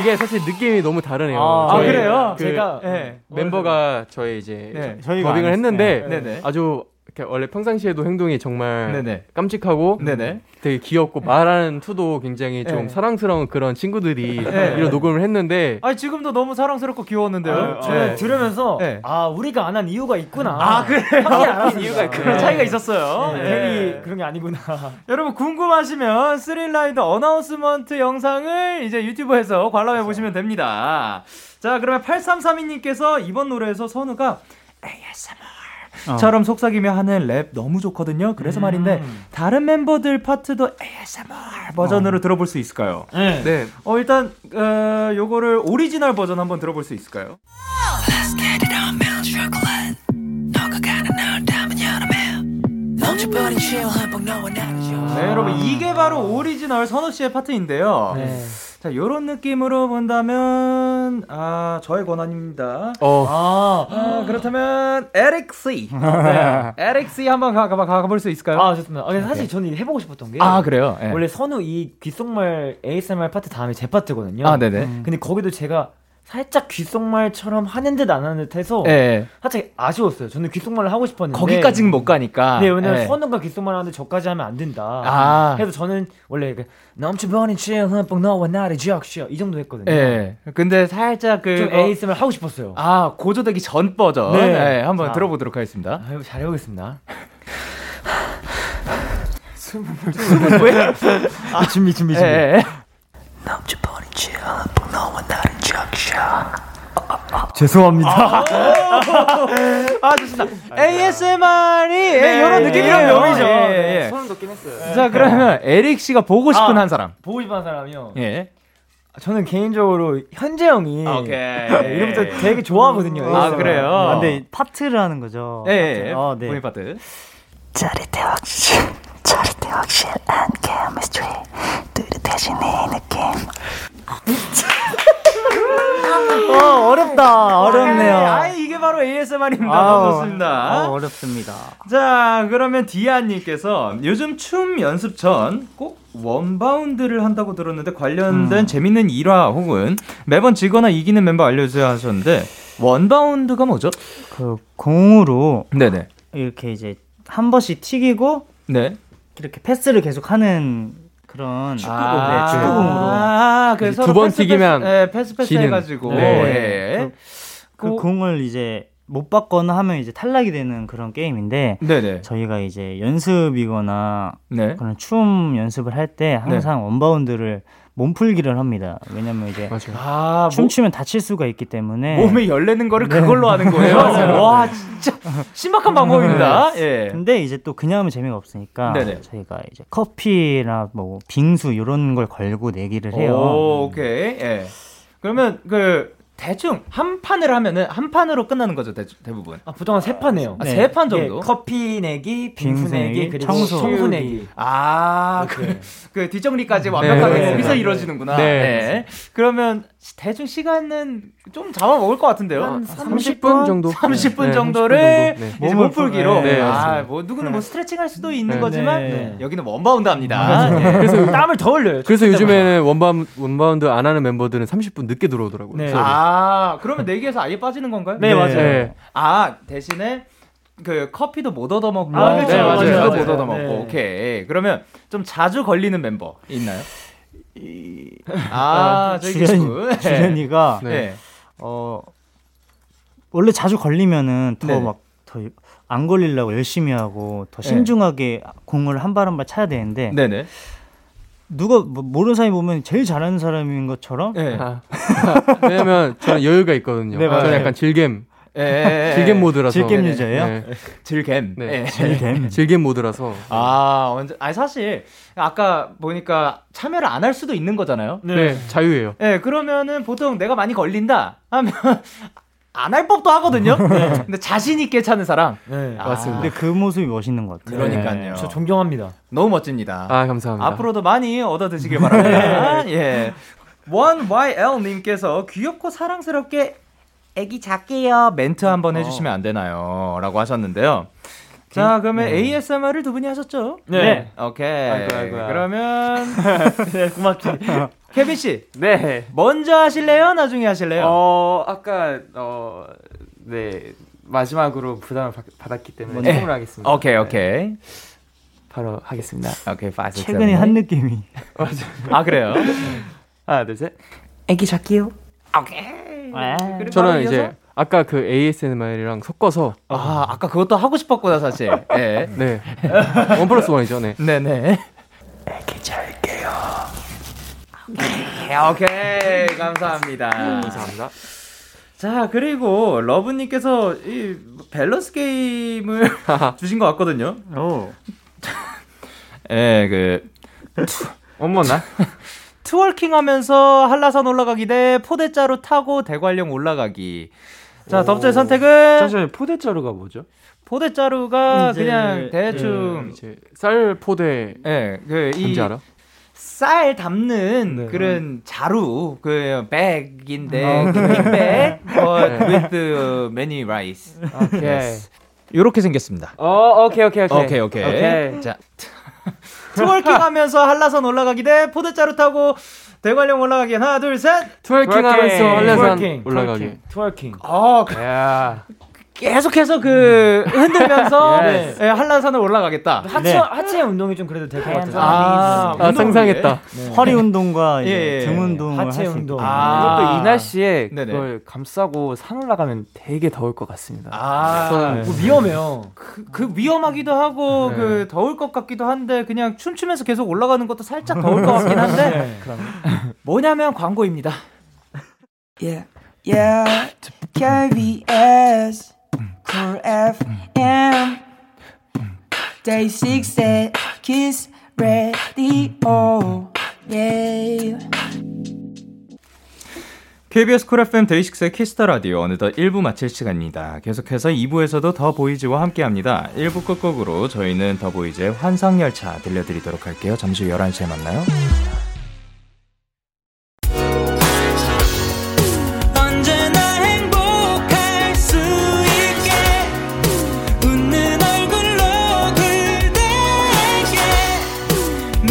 F: 이게 사실 느낌이 너무 다르네요.
L: 아
F: 저희
L: 그래요?
F: 그
L: 제가
B: 예.
F: 멤버가 저희 이제
B: 네,
H: 저희가
F: 더빙을
H: 안
F: 했는데
B: 네네.
F: 아주 이렇게 원래 평상시에도 행동이 정말
B: 네네.
F: 깜찍하고
B: 네네.
F: 되게 귀엽고 말하는 투도 굉장히 좀
B: 네.
F: 사랑스러운 그런 친구들이
B: 네.
F: 이런 녹음을 했는데
B: 아 지금도 너무 사랑스럽고 귀여웠는데요.
L: 제가 아, 들으면서
B: 네.
L: 아 우리가 안 한 이유가 있구나
B: 아 그래요?
L: 확실히 알았습니다.
B: 이유가 그런 차이가 있었어요.
L: 네.
B: 네.
L: 괜히 그런 게 아니구나
B: <laughs> 여러분 궁금하시면 스릴라이드 어나운스먼트 영상을 이제 유튜브에서
L: 그렇죠.
B: 관람해 보시면 됩니다. 자 그러면 8332님께서 이번 노래에서 선우가
L: 어.
B: ASMR처럼 속삭이며 하는 랩 너무 좋거든요. 그래서
L: 음.
B: 말인데 다른 멤버들 파트도 ASMR 버전으로 들어볼 수 있을까요?
L: 네.
F: 네.
B: 어 일단 어, 요거를 오리지널 버전 한번 들어볼 수 있을까요? 네, 여러분 이게 바로 오리지널 선우 씨의 파트인데요. 자, 요런 느낌으로 본다면 아, 저의 권한입니다.
F: 어,
B: 아, 그렇다면 에릭 <laughs> C. 네. 에릭 C 한번 가, 가, 가볼 수 있을까요?
L: 아 좋습니다 아, 근데 사실 저는 해보고 싶었던 게
B: 아, 그래요. 예.
L: 원래 선우 이 귓속말 ASMR 파트 다음에 제 파트거든요
B: 아, 네네.
L: 근데 거기도 제가 살짝 귓속말처럼 하는 듯 안 하는 듯 해서
B: 예, 예.
L: 살짝 아쉬웠어요 저는 귓속말을 하고 싶었는데
B: 거기까지는 뭐 못 가니까.
L: 네, 왜냐면
B: 예.
L: 선우가 귓속말 하는데 저까지 하면 안 된다.
B: 아.
L: 그래서 저는 원래 그 넘치버린 chill, 흠뻑 너와 나를 지역시어 이 정도 했거든요.
B: 예. 근데 살짝 그
L: 좀 ASMR 하고 싶었어요.
B: 아, 고조되기 전 버전.
L: 네.
B: 예, 한번
L: 자.
B: <laughs> 들어보도록 하겠습니다.
L: 아유, 잘 해보겠습니다. 준비 준비 준비.
B: 예.
L: 죄송합니다.
B: 아 좋습니다. ASMR이 예, 이런 느낌이에요.
L: 이런 명이죠.
B: 예, 네. 예.
K: 소름 돋긴 했어요.
B: 자 그러면 에릭 씨가 보고 싶은
L: 아.
B: 한 사람.
L: 보고 싶은 사람이요.
B: 예.
L: 저는 개인적으로 현재 형이
B: 예.
L: 네, 이름부터 되게 좋아하거든요.
B: 아,
L: ASMR.
B: 그래요?
L: 아,
H: 아,
L: 근데
H: 근데 파트를 하는 거죠.
B: 예, 예. 예.
H: 아,
B: 본
H: 네.
B: 인 파트.
H: 어, 어렵다. 어렵네요.
B: 아, 이게 바로 ASMR입니다.
H: 아우.
B: 좋습니다.
H: 아, 어렵습니다.
B: 자, 그러면 디아님께서 요즘 춤 연습 전 꼭 원바운드를 한다고 들었는데 관련된
H: 음.
B: 재밌는 일화 혹은 매번 지거나 이기는 멤버 알려주세요 하셨는데 원바운드가 뭐죠?
H: 그 공으로
B: 네네.
H: 이렇게 이제 한 번씩 튀기고
B: 네.
H: 이렇게 패스를 계속 하는 그런 축구공,
B: 아,
H: 네, 축구공으로
B: 아, 그래서
F: 두번 튀기면
B: 패스, 예, 패스 패스
F: 지는.
B: 해가지고.
F: 네.
B: 예.
H: 그
B: 고-
H: 공을 이제 못 받거나 하면 이제 탈락이 되는 그런 게임인데
B: 네네.
H: 저희가 이제 연습이거나
B: 네.
H: 그런 춤 연습을 할 때 항상 원바운드를 몸풀기를 합니다. 왜냐면 이제
B: 아, 몸,
H: 그렇죠. 춤추면 네. 다칠 수가 있기 때문에
B: 몸에 열내는 거를 그걸로 하는
H: <laughs>
B: 거예요. 와, 진짜 신박한 방법입니다. 예.
H: 네. 근데 이제 또 그냥 하면 재미가 없으니까
B: 네네.
H: 저희가 이제 커피나 뭐 빙수 이런 걸 걸고 내기를 해요.
B: 오,
F: 음.
B: 오케이. 예. 그러면 그 대충 한 판을 하면은 한 판으로 끝나는 거죠, 대, 부분
K: 아, 보통 한세 판이에요.
B: 아, 세 판
L: 예,
B: 정도.
K: 커피 내기, 빙수
H: 빙수
K: 내기,
H: 내기,
K: 그리고
H: 청소.
K: 청소 내기.
B: 아, 그, 그 뒷정리까지 완벽하게
F: 네.
B: 거기서 이루어지는구나.
F: 네.
B: 네. 그러면 대충 시간은 좀 잡아먹을 것 같은데요.
F: 30분 정도?
B: 30분
F: 네,
B: 정도를 뭐
F: 네, 30분 정도.
B: 이제
H: 몸을
B: 몸풀기로
F: 풀- 네,
B: 아,
F: 맞습니다.
B: 뭐 누구는 뭐 스트레칭 할 수도 있는
F: 네.
B: 거지만
L: 네.
B: 여기는 원바운드 합니다. 예.
L: 그래서 땀을 더 흘려요.
F: 그래서 요즘에는 원바운, 원바운드 안 하는 멤버들은 30분 늦게 들어오더라고요.
L: 네.
F: 서울.
B: 아, 그러면 내기에서 아예 빠지는 건가요?
L: 네, 맞아요.
F: 네.
B: 아, 대신에 그 커피도 못 얻어먹고
L: 아,
F: 그렇죠. 맞아요,
B: 빙수도
F: 맞아요.
B: 못 얻어먹고
L: 네.
B: 오케이 그러면 좀 자주 걸리는 멤버 있나요? 아, 저희
H: <laughs>
B: 기분. 네.
H: 주련이, 주련이가
B: 네.
H: 어 원래 자주 걸리면은
B: 네.
H: 더 막 더 안 걸리려고 열심히 하고 더 신중하게 공을 한 발 한 발 차야 되는데
B: 네, 네.
H: 누가 뭐 모르는 사람이 보면 제일 잘하는 사람인 것처럼
B: 네.
F: 아. <laughs> 왜냐면 저는 여유가 있거든요.
H: 네, 맞아요.
F: 저는 약간 질겜,
B: 예.
F: 질겜 모드라서.
H: 질겜 유저예요?
F: 네.
B: 질겜.
F: 네.
B: 예.
H: 됨.
F: 질겜 모드라서.
B: 아, 언제 아니 사실 아까 보니까 참여를 안 할 수도 있는 거잖아요.
F: 네. 자유예요.
B: 예, 그러면은 보통 내가 많이 걸린다 하면 <laughs> 안 할 법도 하거든요. 근데 자신 있게 차는 사람.
L: 네.
B: 아,
H: 근데 그 모습이 멋있는 것 같아요.
B: 그러니까요.
L: 저 존경합니다.
B: 너무 멋집니다.
F: 아, 감사합니다.
B: 앞으로도 많이 얻어 드시길 바랍니다. 예. YL 님께서 귀엽고 사랑스럽게 애기 작게요 멘트 한번 해주시면 안 되나요? 라고 하셨는데요. 자 그러면 ASMR을 두 분이 하셨죠?
K: 네.
B: 오케이.
K: 아이고, 아이고야.
B: 그러면
L: 네, 고맙게.
B: 케빈 씨
K: 네.
B: 먼저 하실래요? 나중에 하실래요?
K: 어, 아까 어, 네. 마지막으로 부담을 받, 받았기 때문에 처음으로 하겠습니다.
B: 네.
K: 네.
B: 오케이 오케이
K: 바로 하겠습니다.
B: 오케이 파이브.
H: 네. 최근에 한 느낌이
B: 아 그래요?
K: <laughs> 하나, 둘, 셋.
B: 그리고 바로
F: 저는
B: 이어서?
F: 이제 아까 그 ASMR이랑 섞어서
B: 아 아까 그것도 하고 싶었구나 사실. 예. <laughs>
F: 네. 원 플러스 원이죠. 네.
B: 네네. 애기 잘게요. 예, 오케이, 오케이. 감사합니다.
K: 아,
B: 감사합니다. 자, 그리고 러브님께서 이 밸런스 게임을 <laughs> 주신 것 같거든요.
L: 오.
B: <laughs> 예, 그,
F: 어머나.
B: <laughs> 트월킹 하면서 한라산 올라가기 대 포대자루 타고 대관령 올라가기. 자, 덥자의 선택은
K: 잠시만요. 포대자루가 뭐죠?
B: 포대자루가
H: 이제,
B: 그냥 대충,
F: 이제 쌀 포대
B: 예, 그, 이,
F: 뭔지 알아?
B: 쌀 담는 그런 자루 그 백인데 <laughs> 백 but with many rice
K: 오케이.
B: 이렇게 생겼습니다.
K: 어, 오케이, 오케이, 오케이.
B: 오케이 오케이.
K: 오케이.
B: 자 <laughs> 트월킹하면서 한라산 올라가기 대 포대자루 타고 대관령 올라가기 하나 둘 셋.
F: 트월킹 하면서 한라산
L: 트월킹,
F: 올라가기.
L: 트월킹.
K: 야.
B: 아, 그 계속해서 그 <laughs> 흔들면서
F: Yes.
B: 예, 한라산을 올라가겠다.
L: 하체
H: 네.
L: 하체 운동이 좀 그래도 될 것 같아요. 네.
B: 아,
F: 아, 상상했다.
H: 허리 운동과
B: <laughs> 예,
H: 이제
B: 예.
H: 등 운동을
L: 하체
H: 할수
L: 운동.
B: 아.
K: 이것도 이 날씨에
B: 네네.
K: 그걸 감싸고 산 올라가면 되게 더울 것 같습니다.
B: 아,
L: 뭐 위험해요.
B: 그, 그 위험하기도 하고 그 더울 것 같기도 한데 그냥 춤추면서 계속 올라가는 것도 살짝 더울 것 <laughs> 같긴 한데
L: 네.
B: 뭐냐면 광고입니다.
C: Yeah, yeah. KBS, Cool FM, Day 6 의 Kiss Radio. Yeah.
B: KBS 쿨 FM 데이식스의 키스터 라디오 어느덧 1부 마칠 시간입니다. 계속해서 2부에서도 더 보이즈와 함께합니다. 1부 끝곡으로 저희는 더 보이즈의 환상 열차 들려드리도록 할게요. 잠시 후 11시에 만나요.
C: 언제나 행복할 수 있게 웃는 얼굴로 그대에게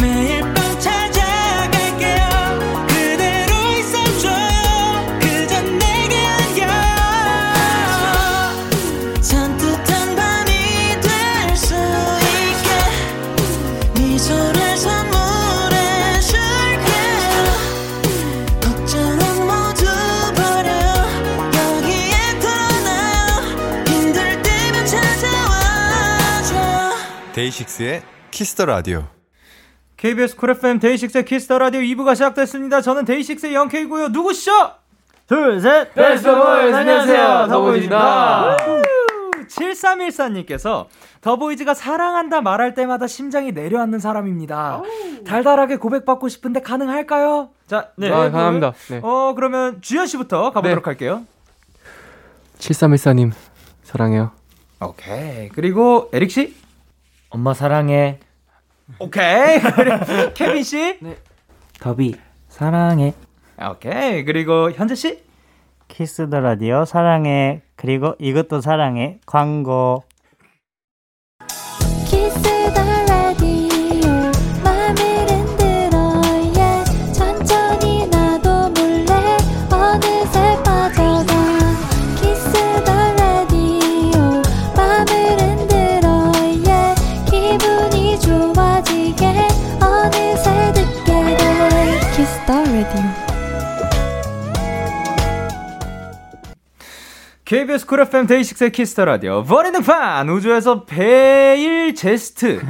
C: 매일 밤 찾아갈게요 그대로 있어줘요 그저 내게 안겨 산뜻한 밤이 될 수네 있게 미소를 선물해 줄게요 걱정은 모두 버려 여기에 털어놔요 힘들 때면 찾아와줘
M: 데이식스의 키스터 라디오.
B: KBS 쿨 FM 데이식스의 키스터 라디오 2부가 시작됐습니다. 저는 데이식스의 영케이고요. 누구시죠?
H: 둘, 셋!
F: 베스트 오브 보이즈, 안녕하세요. 더보이즈입니다.
B: 7314님께서 더보이즈가 사랑한다 말할 때마다 심장이 내려앉는 사람입니다. 달달하게 고백받고 싶은데 가능할까요? 자, 네.
F: 아, 감사합니다. 네.
B: 어, 그러면 주현 씨부터 가보도록 할게요.
F: 7314님, 사랑해요.
B: 오케이. 그리고 에릭 씨?
L: 엄마 사랑해.
B: 오케이. <laughs> 그리고 케빈 씨?
L: 더비 사랑해.
B: 오케이. 그리고 현재 씨?
H: 키스 더 라디오 사랑해. 그리고 이것도 사랑해. 광고.
D: 키스 더 라디오 맘을 흔들어 yeah. 천천히 나도 몰래 어느새 빠져가 키스 더 라디오 맘을 흔들어 yeah. 기분이 좋아지게 어느새 듣게 돼 키스 더 라디오
B: KBS 쿨 FM 데이식스의 키스터 라디오 버리는 판 우주에서 베일 <laughs> 제스트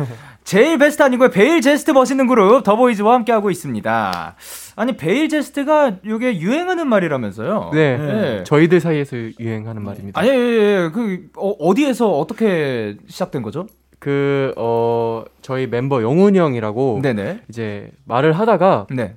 B: 제일 베스트 아니고요 베일 제스트 멋있는 그룹 더보이즈와 함께하고 있습니다 아니 베일 제스트가 요게 유행하는 말이라면서요
F: 네.
B: 네.
F: 저희들 사이에서 유행하는 말입니다.
B: 아니 예, 예, 예. 그 어, 디에서 어떻게 시작된 거죠?
F: 그, 어, 저희 멤버 영훈이 형이라고
B: 네네
F: 이제 말을 하다가
B: 네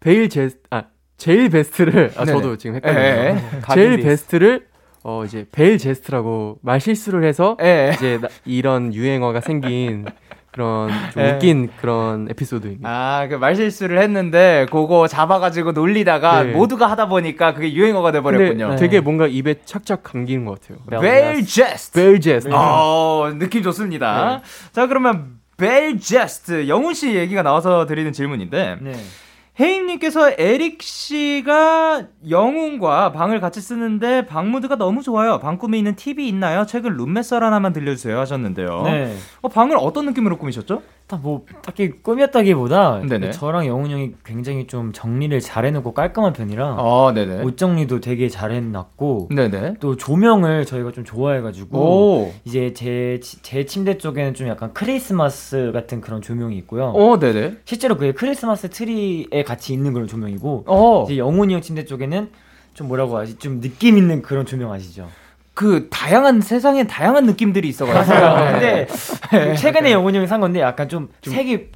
F: 베일 제, 아, 제일 베스트를, 아,
B: 네네.
F: 저도 지금
B: 예,
F: 헷갈려요. 어, 제일 베스트를, 어, 이제 베일 제스트라고 말 실수를 해서
B: 예.
F: 이제 나- 이런 유행어가 생긴 그런 좀
B: 예.
F: 웃긴 그런 에피소드입니다.
B: 아, 그 말실수를 했는데 그거 잡아가지고 놀리다가
F: 네.
B: 모두가 하다 보니까 그게 유행어가 돼
F: 근데
B: 버렸군요. 네.
F: 되게 뭔가 입에 착착 감기는 것 같아요.
B: 베일 제스트.
F: 베일 제스트.
B: 어, 느낌 좋습니다. 자, 그러면 벨 제스트 영훈 씨 얘기가 나와서 드리는 질문인데
L: 네.
B: 혜임 님께서 에릭 씨가 영훈과 방을 같이 쓰는데 방 무드가 너무 좋아요. 방 꾸미는 팁이 있나요? 최근 룸메썰 하나만 들려 주세요 하셨는데요.
L: 네.
B: 어, 방을 어떤 느낌으로 꾸미셨죠?
L: 딱 뭐 딱히 꿈이었다기보다
B: 네네.
L: 저랑 영훈 형이 굉장히 좀 정리를 잘해놓고 깔끔한 편이라
B: 아, 네, 네.
L: 옷 정리도 되게 잘해놨고
B: 네, 네.
L: 또 조명을 저희가 좀 좋아해가지고
B: 오.
L: 이제 제, 치- 제 침대 쪽에는 좀 약간 크리스마스 같은 그런 조명이 있고요.
B: 어, 네, 네.
L: 실제로 그게 크리스마스 트리에 같이 있는 그런 조명이고
B: 어.
L: 이제 영훈이 형 침대 쪽에는 좀 뭐라고 하지? 좀 느낌 있는 그런 조명 아시죠?
B: 그 다양한 세상에 다양한 느낌들이 있어 <laughs> 가지고. 네.
L: 근데 최근에 영훈이 형이 산 건데 약간 좀, 색이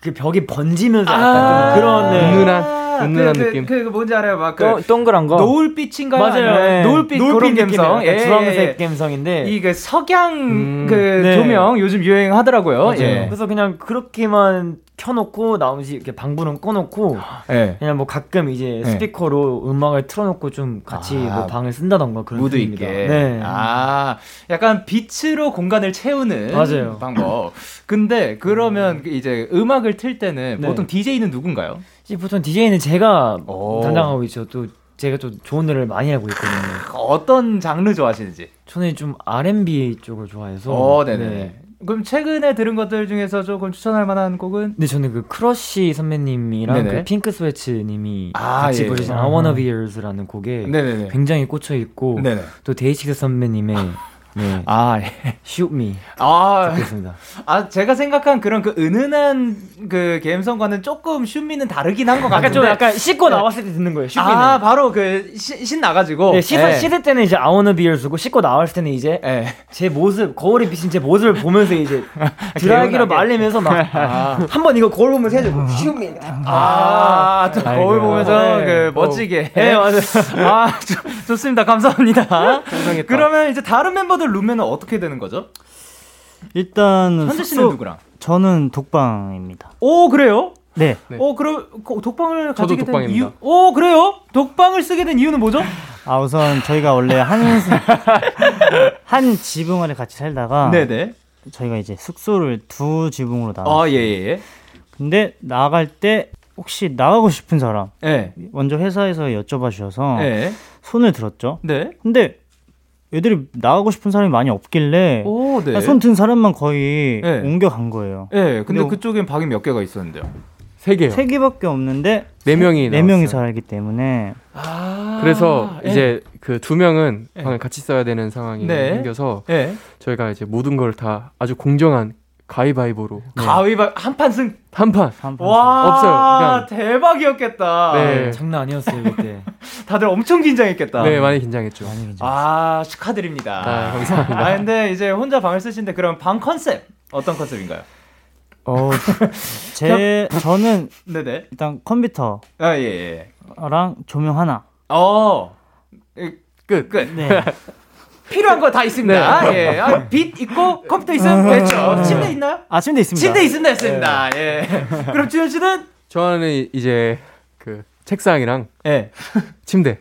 L: 그 벽이 번지면서 약간
B: 아,
L: 좀 그런 네.
F: 은은한, 은은한
B: 그, 그,
F: 느낌.
B: 그, 그 뭔지 알아요? 막그
L: 동- 동그란 거
B: 노을빛인가요? 아니면
L: 어. 네.
B: 노을빛, 그런
L: 느낌의
B: 감성. 예,
L: 약간 주황색 감성인데
B: 이그 석양
F: 음.
B: 그
L: 네.
B: 조명 요즘 유행하더라고요.
L: 맞아요.
B: 예.
L: 그래서 그냥 그렇게만 켜놓고 나머지 이렇게 방불은 꺼놓고
B: 예.
L: 그냥 뭐 가끔 이제
B: 네.
L: 스피커로 음악을 틀어놓고 좀 같이
B: 아,
L: 뭐 방을 쓴다던가 그런
B: 무드
L: 편입니다.
B: 있게.
L: 네.
B: 아, 약간 빛으로 공간을 채우는
L: 맞아요. 음.
B: 방법. 근데 그러면 이제 음악을 틀 때는
L: 네.
B: 보통 DJ는 누군가요?
L: 이제 보통 DJ는 제가
B: 오.
L: 담당하고 있죠. 또 제가 좀 좋은 노래를 많이 알고 있거든요.
B: 어떤 장르 좋아하시는지?
L: 저는 좀 R&B 쪽을 좋아해서.
B: 어, 네네. 네. 그럼 최근에 들은 것들 중에서 조금 추천할 만한 곡은?
L: 근데 저는 그 크러쉬 선배님이랑
B: 네네.
L: 그 핑크 스웨츠님이
B: 아,
L: 같이
B: 예.
L: 부르신
B: 아.
L: I Wanna Be Yours라는 곡에
B: 네네네.
L: 굉장히 꽂혀 있고
B: 네네.
L: 또 데이식스
B: <laughs>
L: 선배님의 네.
B: 아, 예.
L: Shoot Me
B: 아,
L: 듣겠습니다.
B: 아, 제가 생각한 그런 그 은은한 그 감성과는 조금 슈미는 다르긴 한 것 같은데.
L: 약간 좀 약간 씻고
K: 네.
L: 나왔을 때 듣는 거예요. 슈비는.
B: 아, 바로 그, 신, 신 나가지고.
L: 네, 씻을,
B: 예.
L: 씻을 때는 이제 I wanna be yours 고 씻고 나왔을 때는 이제
K: 네.
L: 제 모습 거울에 비친 제 모습을
K: <laughs>
L: 보면서 이제 드라이기로
B: 개운하게.
L: 말리면서 막
B: 아.
L: 한 번 이거 거울 보면서 해줘 쉬움이
B: 아, 또 거울 보면서
L: 네.
B: 그 멋지게.
L: 네, 맞아요.
B: <laughs> 아, 좋, 좋습니다. 감사합니다. 그러면 이제 다른 멤버들 룸메는 어떻게 되는 거죠?
H: 일단
B: 현재 씨는
H: 숙소-
B: 누구랑?
H: 저는 독방입니다.
B: 오, 그래요?
H: 네.
B: 어, 그럼 그 독방을
H: 저도
B: 가지게 된
H: 독방입니다.
B: 이유? 오, 그래요? 독방을 쓰게 된 이유는 뭐죠?
H: 아 우선 저희가 원래 한 <laughs> 한 지붕 아래 같이 살다가
B: 네네.
H: 저희가 이제 숙소를 두 지붕으로 나눠.
B: 아, 예, 예, 예.
H: 근데 나갈 때 혹시 나가고 싶은 사람
B: 예.
H: 먼저 회사에서 여쭤봐 주셔서
B: 예.
H: 손을 들었죠.
B: 네.
H: 근데 애들이 나가고 싶은 사람이 많이 없길래
B: 오, 네.
H: 아, 손 든 사람만 거의
B: 네.
H: 옮겨간 거예요.
B: 예, 근데
H: 근데
B: 그쪽엔 방이 몇 개가 있었는데요? 세
H: 세 개밖에 없는데
F: 네 명이
H: 네 명이 살기 때문에
B: 아,
F: 그래서
H: 예.
F: 이제 그 두 명은 방을 같이 써야 되는 상황이
B: 예. 네.
F: 생겨서
B: 예.
F: 저희가 이제 모든 걸 다 아주 공정한 가위바위보로
B: 가위바 네. 한판 승.
F: 네. 한판
B: 와,
F: 없어요. 그냥
B: 대박이었겠다.
F: 네.
L: 장난 아니었어요 그때.
B: 다들 엄청 긴장했겠다.
F: 네 많이 긴장했죠.
B: 아, 축하드립니다.
F: 아, 감사합니다.
B: 아, 근데 이제 혼자 방을 쓰신데 그럼 방 컨셉 어떤 컨셉인가요? 어,
H: 제 저는
B: 네네.
H: 일단 컴퓨터랑
B: 아, 예, 예.
H: 조명 하나.
B: 어. 이- 끝, 끝.
H: 네.
B: 필요한 거 다 있습니다.
H: 네.
B: 예. 아, 빛 있고 컴퓨터 있으면 됐죠. 침대 있나요?
H: <laughs> 아 침대 있습니다.
B: 침대 있으면 됐습니다. 예. 그럼 주현 씨는
F: 저는 이제 그 책상이랑 침대
B: 예.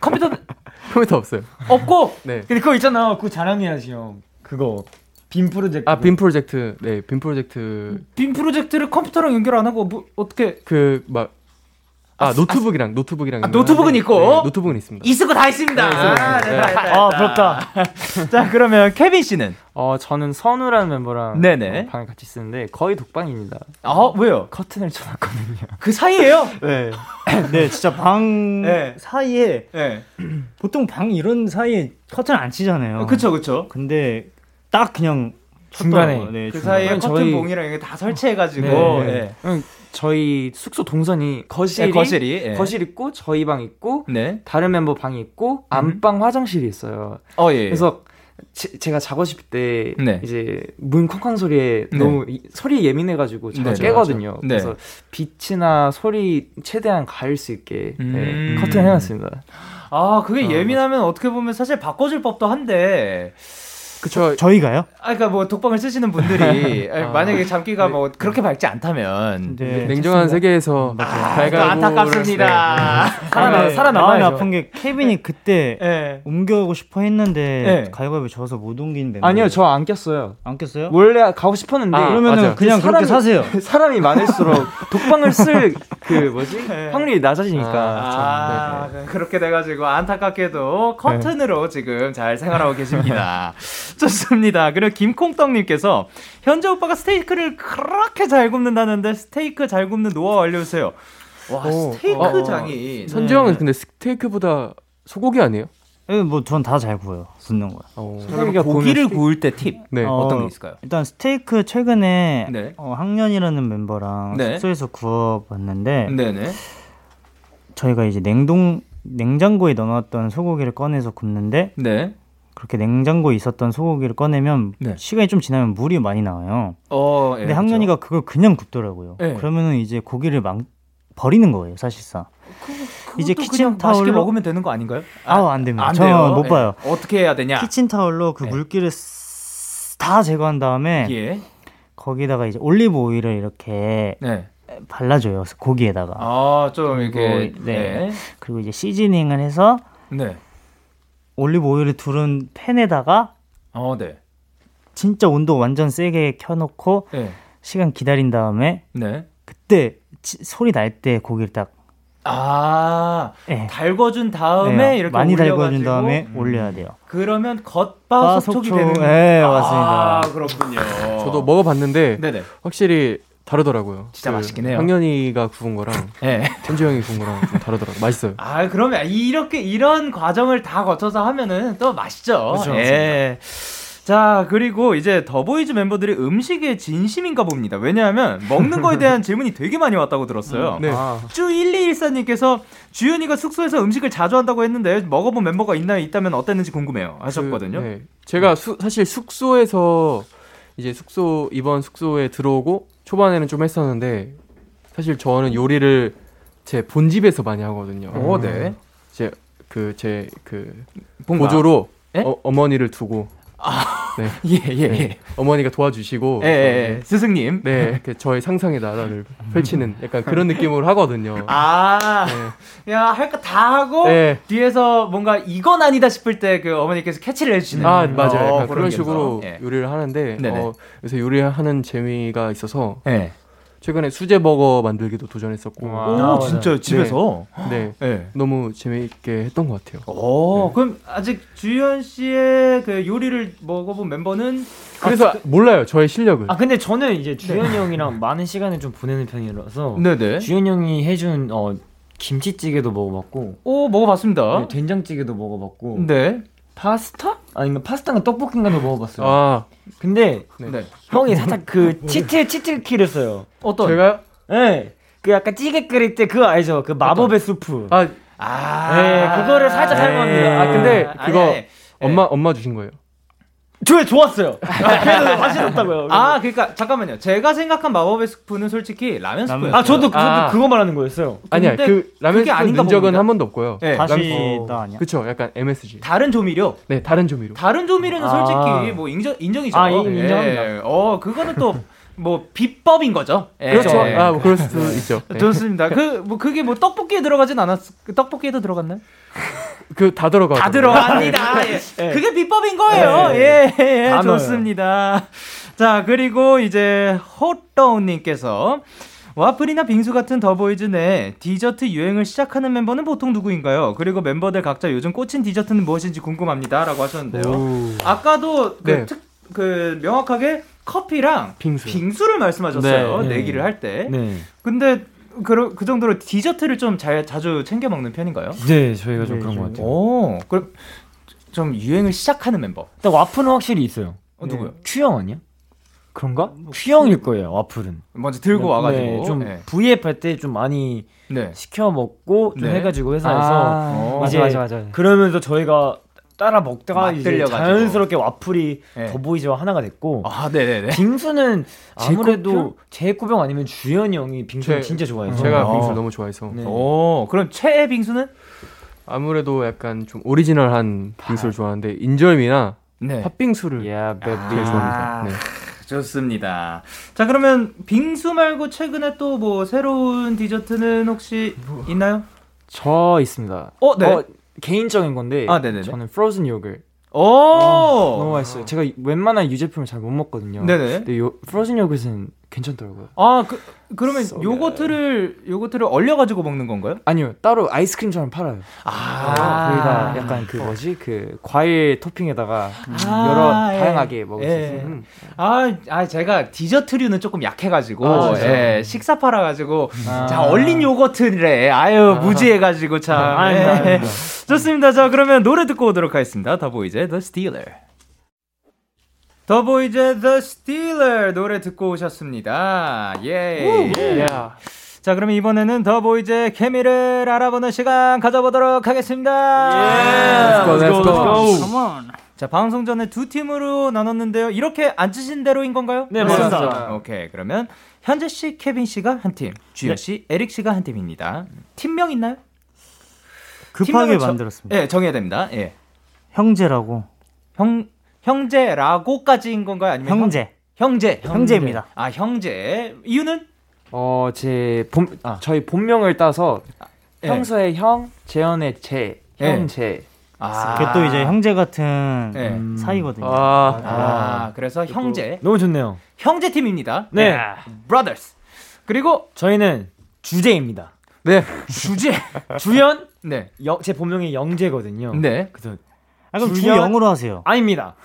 B: 컴퓨터
F: <laughs> 컴퓨터 없어요.
B: 없고
F: 네.
L: 근데 그거 있잖아. 그거 자랑해야지 형. 그거 빔 프로젝트.
F: 아 빔 프로젝트 네 빔 프로젝트
B: 빔 프로젝트를 컴퓨터랑 연결 안 하고 뭐 어떻게
F: 그 막 아, 노트북이랑 노트북이랑
B: 아, 노트북은
F: 있는데,
B: 있고?
F: 네, 노트북은 있습니다.
B: 있을 거 다 있습니다. 아, 됐다,
H: 어,
B: 됐다, 됐다. <laughs>
K: 자,
B: 그러면 케빈 씨는?
K: 어, 저는 선우라는 멤버랑
B: 네네.
K: 어, 방을 같이 쓰는데 거의 독방입니다.
B: 아, 왜요?
K: 커튼을 쳐놨거든요.
B: 그 사이에요?
K: 네.
H: 네, 진짜 방
B: 네.
H: 사이에
B: 네.
H: 보통 방 이런 사이에 커튼 안 치잖아요.
B: 어, 그쵸, 그쵸.
H: 근데 딱 그냥
K: 중간에. 아,
H: 쳤더라고요. 네,
B: 그
H: 중간에.
B: 사이에 커튼
K: 저희-
B: 봉이랑 이게 다 설치해가지고
K: 네.
B: 예.
K: 응, 저희 숙소 동선이 거실이
B: 네, 거실이, 예.
K: 거실 있고 저희 방 있고
B: 네.
K: 다른 멤버 방이 있고 안방 화장실이 있어요.
B: 어, 예.
K: 그래서 제, 제가 자고 싶을 때
B: 네.
K: 이제 문 쾅쾅 소리에
B: 네.
K: 너무 이- 소리에 예민해가지고 자꾸
B: 네,
K: 깨거든요.
B: 맞아. 네.
K: 그래서 빛이나 소리 최대한 가릴 수 있게 네,
B: 음.
K: 커튼 해놨습니다.
B: 아, 그게 예민하면 어떻게 보면 사실 바꿔줄 법도 한데.
F: 그쵸.
H: 저희가요?
B: 아, 그러니까 뭐 독방을 쓰시는 분들이
F: 아.
B: 만약에 잠기가 뭐 그렇게 밝지 않다면
H: 네,
F: 냉정한 세계에서
B: 아, 또
F: 밝아
B: 안타깝습니다.
H: 근데
K: 네.
B: 살아나
H: 마음이
B: 살아남아야죠.
H: 아픈 게 케빈이 그때
B: <laughs> 예.
H: 옮겨가고 싶어 했는데
B: 네.
H: 가위바위보 져서 못 옮긴 멤버.
K: 아니요, 저 안 꼈어요.
H: 안 꼈어요?
K: 원래 가고 싶었는데
F: 아,
H: 그러면은
F: 맞아.
H: 그냥 그렇게 사세요.
K: <laughs> 사람이 많을수록 독방을 쓸 그 뭐지 확률이 낮아지니까.
H: 네.
B: 아, 그렇게 돼가지고 안타깝게도 커튼으로 지금 잘 생활하고
H: <laughs>
B: 계십니다. 좋습니다. 그리고 김콩떡님께서 현재 오빠가 스테이크를 그렇게 잘 굽는다는데 스테이크 잘 굽는 노하우 알려주세요. 와 스테이크 장이
H: 어.
F: 선재 형은 근데 스테이크보다 소고기 아니에요?
H: 네, 뭐전 다 잘 구워요. 굽는 거야.
K: 네.
B: 그러니까 고기를 구울 때 팁
F: 네.
B: 어떤 게 있을까요?
H: 일단 스테이크 최근에
B: 네.
H: 어, 학년이라는 멤버랑
B: 네.
H: 숙소에서 구워봤는데
B: 네네.
H: 저희가 이제 냉동 냉장고에 넣어놨던 소고기를 꺼내서 굽는데
B: 네.
H: 그렇게 냉장고에 있었던 소고기를 꺼내면
B: 네.
H: 시간이 좀 지나면 물이 많이 나와요.
B: 어. 예,
H: 근데 학년이가 그걸 그냥 굽더라고요.
B: 예.
H: 그러면은 이제 고기를 막 버리는 거예요, 사실상.
B: 그렇죠.
H: 이제
B: 그것도 그냥
H: 키친
B: 맛있게
H: 타올로-
B: 먹으면 되는 거 아닌가요?
H: 아, 우안 됩니다.
B: 안
H: 저
B: 돼요.
H: 못
B: 예.
H: 봐요.
B: 어떻게 해야 되냐?
H: 키친 타올로 그 물기를 쓱 다 제거한 다음에
B: 예.
H: 거기다가 이제 올리브 오일을 이렇게
B: 네.
H: 발라줘요 고기에다가.
B: 아, 좀 이렇게
H: 그리고, 네. 그리고 이제 시즈닝을 해서
B: 네. 네.
H: 올리브 오일을 두른 팬에다가
B: 어, 네.
H: 진짜 온도 완전 세게 켜놓고
B: 네.
H: 시간 기다린 다음에
B: 네.
H: 그때 치- 소리 날 때 고기를 딱
B: 아, 달궈준 다음에
N: 네,
B: 이렇게
N: 예. 많이
B: 올려가지고
N: 달궈준 다음에 올려야 돼요. 아,
B: 그러면 겉바 속촉이 되는
N: 예,
B: 아,
N: 맞습니다.
B: 그렇군요.
F: 저도 뭐- 먹어봤는데
B: 네네.
F: 확실히 다르더라고요. 그
B: 진짜 맛있긴 해요.
F: 황현이가 구운 거랑 천주 형이 구운 거랑 좀 다르더라고요. 맛있어요.
B: 아, 그러면 이렇게 이런 과정을 다 거쳐서 하면은 또 맛있죠.
F: 그렇죠.
B: 예. 자, 그리고 이제 더보이즈 멤버들이 음식에 진심인가 봅니다. 왜냐하면
N: <laughs>
B: 먹는 거에 대한 질문이 되게 많이 왔다고 들었어요.
F: 음, 네.
B: 아. 쭈1214님께서 주윤이가 숙소에서 음식을 자주 한다고 했는데 먹어본 멤버가 있나요? 있다면 어땠는지 궁금해요. 하셨거든요.
F: 네. 제가 수- 사실 숙소에서 이제 숙소 이번 숙소에 들어오고 초반에는 좀 했었는데 사실 저는 요리를 제 본집에서 많이 하거든요. 음.
B: 오, 네.
F: 제그제그
B: 본가.
F: 보조로 어, 머니를 두고 네.
B: 예, 예.
F: 어머니가 도와주시고
B: 예, 예, 예.
F: 스승님 네 이렇게 저의 상상의 나라를 펼치는 약간 그런 느낌으로 하거든요.
B: 음. 아, 야, 할 거 다 하고,
F: 네.
B: 뒤에서 뭔가 이건 아니다 싶을 때 그 어머니께서 캐치를 해주시는.
F: 아 맞아요.
B: 어,
F: 약간 그런
B: 개념으로.
F: 식으로
B: 예.
F: 요리를 하는데
B: 네네.
F: 어, 그래서 요리하는 재미가 있어서
B: 네.
F: 최근에 수제 버거 만들기도 도전했었고.
B: 와. 오, 아, 진짜요?
F: 네.
B: 집에서?
F: 네.
B: 네.
F: 너무 재미있게 했던 것 같아요. 네.
B: 오, 어, 그럼 아직 주현 씨의 그 요리를 먹어본 멤버는
F: 그래서 몰라요 저의 실력을.
L: 아 근데 저는 이제 주현
B: 네.
L: 이 형이랑 많은 시간을 좀 보내는 편이라서
B: 네네.
L: 주현 이 형이 해준 어 김치찌개도 먹어봤고
B: 오 먹어봤습니다.
L: 네, 된장찌개도 먹어봤고
B: 네.
L: 파스타? 아니 그 파스타인가 떡볶이인가도 먹어봤어요.
F: 아
L: 근데
B: 네.
L: 형이 살짝 그 치트 치트키를 써요.
B: 어떤?
F: 제가요?
L: 네. 그 약간 찌개 끓일 때 그거 알죠? 그 마법의 수프.
B: 예.
F: 아,
L: 네, 그거를 살짝 삶았는데
F: 아 근데 그거
B: 네,
L: 아니, 아니.
F: 엄마 엄마 주신 거예요.
L: 저 좋았어요. 그래서 맛이 났다고요.
B: 아, 그러니까 잠깐만요. 제가 생각한 마법의 스프는 솔직히 라면 스프예요.
L: 아 저도 저도 그거 말하는 거였어요.
F: 아니야
B: 근데
F: 그 라면
B: 그게
F: 스프
B: 아닌가
F: 넣은 적은
B: 봅니다.
F: 한 번도 없고요.
B: 네. 다시 나 아니야?
F: 그쵸 약간 MSG.
B: 다른 조미료.
F: 네 다른 조미료.
B: 다른 조미료는
F: 아.
B: 솔직히 뭐 인정 인정이죠.
F: 아, 인- 인정합니다.
B: 예. 어, 그거는 또 뭐 비법인 거죠. 예.
F: 그렇죠.
B: 예.
F: 아, 뭐 그럴 수도 있죠. 네.
B: 좋습니다. 그 뭐 그게 뭐 떡볶이에 들어가진 않았. 떡볶이에도 들어갔나요?
F: 그 다 들어가.
B: 다
F: <laughs>
B: 들어갑니다. 예. 그게 비법인 거예요.
F: 네.
B: 예, 예, 예.
F: 다 넣어요.
B: 좋습니다. 자, 그리고 이제 호떠우님께서 와플이나 빙수 같은 더보이즈 내 디저트 유행을 시작하는 멤버는 보통 누구인가요? 그리고 멤버들 각자 요즘 꽂힌 디저트는 무엇인지 궁금합니다라고 하셨는데요.
F: 오.
B: 아까도 그,
F: 네.
B: 특, 그 명확하게 커피랑
F: 빙수.
B: 를 말씀하셨어요.
F: 네.
B: 내기를 할 때.
L: 네.
B: 근데 그, 그 정도로 디저트를 좀 자, 자주 챙겨 먹는 편인가요?
L: 네, 저희가 좀 그런 것 같아요.
B: 오, 그럼 좀 유행을 시작하는 멤버.
L: 일단 와플은 확실히 있어요.
K: 네.
B: 어, 누구요?
L: 큐형 아니야? 그런가? 큐형일 거예요. 와플은. 네,
B: 먼저
K: 네,
B: 들고 와가지고. 네.
L: 좀
B: 예.
L: V앱 할 때 좀 많이 네. 시켜 먹고 좀
B: 네.
L: 해가지고 회사에서
B: 아, 어.
L: 이제
B: 맞아, 맞아, 맞아.
L: 그러면서 저희가 따라 먹다가 이제
B: 맛들려가지고.
L: 자연스럽게 와플이 더보이즈와 하나가 됐고
B: 네. 아, 네네네.
L: 빙수는
B: <laughs> 제코표?
L: 아무래도 제코병 아니면 주현이 형이 빙수를
F: 제-
L: 진짜 좋아해요. 어.
F: 제가
B: 어.
F: 빙수를 너무 좋아해서.
L: 네.
B: 오, 그럼 최애 빙수는?
F: 아무래도 약간 좀 오리지널한 빙수를 좋아하는데 인절미나
B: 네.
K: 아,
F: 팥빙수를 제일 좋아합니다. 네.
B: 좋습니다. 자, 그러면 빙수 말고 최근에 또 뭐 새로운 디저트는 혹시
K: 뭐.
B: 있나요?
K: 저 있습니다.
B: 어, 네.
K: 개인적인 건데
B: 아, 네네네.
K: 저는 프로즌 요거트.
B: 오!
K: 너무 맛있어요. 제가 웬만한 유제품을 잘 못 먹거든요.
B: 네네.
K: 근데 요 프로즌 요거트는 괜찮더라고요.
B: 아, 그, 그러면 요거트를 요거트를 얼려가지고 먹는 건가요?
K: 아니요. 따로 아이스크림처럼 팔아요. 어,
B: 아.
K: 거기다 약간 그 뭐지? 그 과일 토핑에다가
B: 아,
K: 여러
B: 예.
K: 다양하게 먹을
B: 예.
K: 수 있는. 음.
B: 아, 아, 제가 디저트류는 조금 약해가지고,
K: 아, 진짜요?
B: 예, 식사 팔아가지고,
K: 아.
B: 자, 얼린 요거트래. 아유, 무지해가지고, 참.
K: 아닙니다,
B: 예.
K: 아닙니다.
B: 좋습니다. 자, 그러면 노래 듣고 오도록 하겠습니다. 더보이즈의 The Stealer. 더보이즈의 The Stealer 노래 듣고 오셨습니다. 예. 예. 자, 그러면 이번에는 더보이즈의 케미를 알아보는 시간 가져보도록
K: 예,
B: 하겠습니다.
F: Let's go, let's go.
B: Come on. 자 방송 전에 두 팀으로 나눴는데요. 이렇게 앉으신 대로인 건가요?
L: 네, 맞습니다. 맞습니다.
B: 오케이 그러면 현재 씨, 케빈 씨가 한 팀,
L: 네.
B: 주현 씨, 에릭 씨가 한 팀입니다. 팀명 있나요?
N: 급하게
B: 팀명을 저-
N: 만들었습니다.
B: 예, 정해야 됩니다. 예,
N: 형제라고.
B: 형 형제라고까지인 건가요? 아니면
N: 형제.
B: 형, 형제
N: 형제입니다.
B: 아 형제 이유는
K: 어, 제 본, 저희 본명을 따서
B: 예.
K: 평소에 형, 재현의 재,
B: 예.
K: 형재.
B: 아.
N: 그게 또 이제 형제 같은
B: 예.
N: 음, 사이거든요.
B: 아, 그래서 형제
L: 너무 좋네요.
B: 형제 팀입니다.
L: 네.
N: 아,
B: brothers. 그리고
L: 저희는 주제입니다.
F: 네.
L: 주제. <laughs> 주연.
B: 네.
L: 여, 제 본명이 영재거든요.
B: 네.
L: 그래서
N: 아, 그럼 주영으로 하세요.
L: 아닙니다.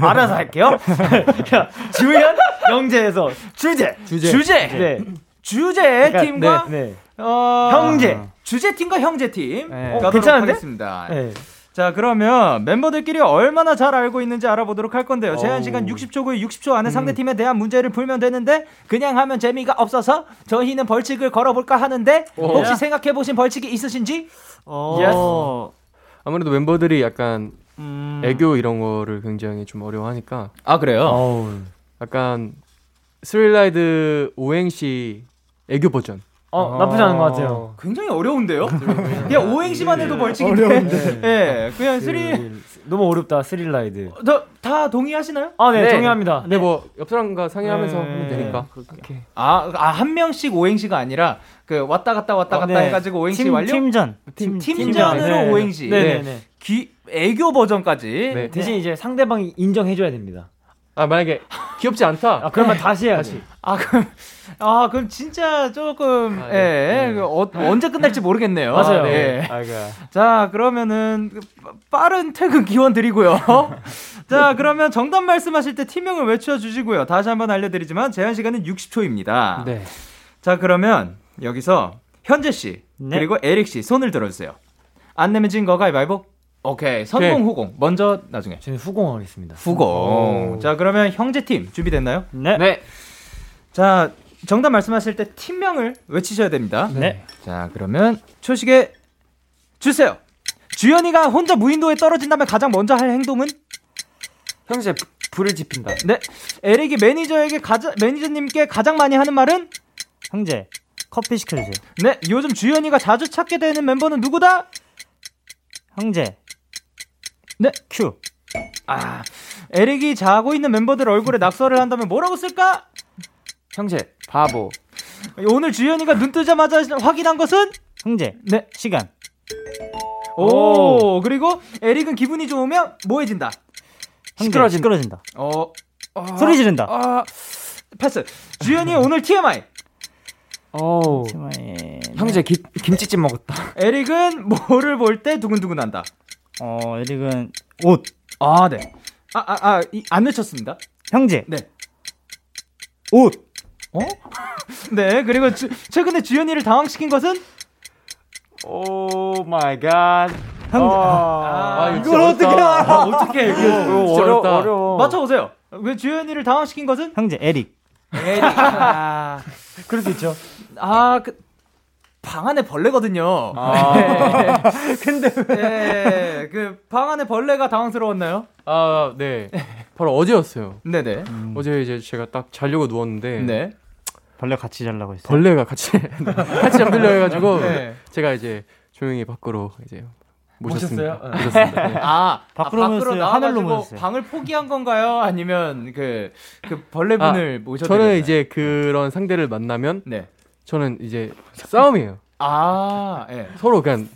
L: 알아서 할게요. <laughs> 자, 주연 영재에서 주제.
F: 주제.
B: 주제.
L: 네.
B: 주제
L: 그러니까,
B: 팀과
L: 네, 네.
B: 어,
L: 형제.
B: 주제 팀과 형제 팀.
L: 네.
B: 가도록
L: 어, 괜찮은데?
B: 하겠습니다.
L: 네.
B: 자 그러면 멤버들끼리 얼마나 잘 알고 있는지 알아보도록 할 건데요. 제한 시간 60초고요. 60초
L: 음.
B: 안에 상대 팀에 대한 문제를 풀면 되는데 그냥 하면 재미가 없어서 저희는 벌칙을 걸어볼까 하는데 혹시 생각해 보신 벌칙이 있으신지?
F: 어, 아무래도 멤버들이 약간
K: 음.
F: 애교 이런 거를 굉장히 좀 어려워하니까.
B: 아 그래요?
F: 약간 스릴라이드 오행시 애교 버전.
L: 어, 나쁘지 않은 것 같아요.
B: 굉장히
L: <laughs>
B: 어려운데요? 그냥 오행시만 해도 벌칙인데.
L: 어려운데.
B: <laughs> 예, 그냥 스리
L: 너무 어렵다. 스릴라이드.
B: 다, 다 동의하시나요?
L: 그 아, 네, 동의합니다.
F: 근데 뭐 옆 사람과 상의하면서
L: 네.
F: 하면 되니까.
B: 아, 아, 한 명씩 오행시가 아니라 그 왔다 갔다 왔다 갔다
N: 네.
B: 해가지고 오행시
N: 팀,
B: 완료.
N: 팀전.
B: 팀,
L: 팀전.
B: 팀전으로
L: 네.
B: 오행시.
L: 네, 네, 네.
B: 귀, 애교 버전까지.
F: 네.
L: 대신 이제 상대방이 인정해줘야 됩니다.
F: 아 만약에 귀엽지 않다.
L: 아, 그러면 다시 해야지.
B: 아 그럼 아 그럼 진짜 조금
F: 아,
B: 예, 예, 그 어, 언제 끝날지 모르겠네요.
L: 맞아요.
B: 아, 네.
L: 아이고야.
B: 자 그러면은 그 빠- 빠른 퇴근 기원 드리고요. 자 그러면 정답 말씀하실 때 팀명을 외쳐주시고요. 다시 한번 알려드리지만 제한 시간은 60초입니다.
F: 네.
B: 자 그러면 여기서 현재 씨
N: 네.
B: 그리고 에릭 씨 손을 들어주세요. 안 내면 진 거 가위바위보. 오케이 선공
F: 오케이.
B: 후공 먼저 나중에
L: 저는 후공하겠습니다.
B: 후공. 자 그러면 형제 팀 준비됐나요?
N: 네.
F: 네.
B: 자 정답 말씀하실 때 팀명을 외치셔야 됩니다.
N: 네.
B: 자 그러면 초식에 주세요. 주연이가 혼자 무인도에 떨어진다면 가장 먼저 할 행동은
L: 음.
K: 형제 부- 불을 지핀다.
B: 네 에릭이 매니저에게 가장 매니저님께 가장 많이 하는 말은
N: 형제, 커피 시켜주세요.
B: 네 요즘 주연이가 자주 찾게 되는 멤버는 누구다?
N: 형제.
B: 네.
N: 큐.
B: 아 에릭이 자고 있는 멤버들 얼굴에 낙서를 한다면 뭐라고 쓸까?
K: 형제 바보.
B: 오늘 주연이가 눈 뜨자마자 확인한 것은
N: 형제.
B: 네.
N: 시간.
B: 오 그리고 에릭은 기분이 좋으면 뭐해진다.
N: 형제,
K: 시끄러진다.
N: 시끄러진다.
B: 어, 어,
N: 소리 지른다.
B: 아, 패스. 주연이 오늘 TMI.
K: 어.
N: 정말-
K: 형제 기, 김치찜 먹었다.
B: 에릭은 뭐를 볼 때 두근두근한다.
N: 어, 에릭은 옷.
B: 아, 네. 아, 아, 아, 이, 안 외쳤습니다.
N: 형제.
B: 네.
N: 옷.
B: 어? <laughs> 네. 그리고 주- 최근에 주연이를 당황시킨 것은
K: 오 마이 갓.
N: 형제.
K: 아,
F: 이걸 어떻게 알아?
L: 어떻게
K: 이거
L: 이거
F: 진짜
K: 어려
F: 어렵다.
K: 어려워.
B: 맞춰 보세요. 왜 주연이를 당황시킨 것은?
N: 형제 에릭.
B: <laughs> 에릭. 아,
L: 그럴 수 있죠.
B: 아 그, 방 안에 벌레거든요. <laughs> 근데 왜? 네, 그방 안에 벌레가 당황스러웠나요?
F: 아 네. 바로 어제였어요.
B: 네네.
F: 어제 이제 제가 딱 자려고 누웠는데
B: 네.
N: 벌레 같이 자려고 했어요.
F: 벌레가 같이 같이 잠들려 해가지고
B: 네.
F: 제가 이제 조용히 밖으로 이제 모셨습니다.
L: 모셨어요?
F: 모셨습니다. 네.
B: 아,
N: 밖으로
B: 아,
N: 모였어요?
B: 나와가지고
N: 하늘로 모였어요?
B: 방을 포기한 건가요? 아니면 그, 그 벌레분을 모셔
F: 아, 저는 이제 그런 상대를 만나면
B: 네.
F: 저는 이제 싸움이에요.
B: 아, 예.
F: 서로 그냥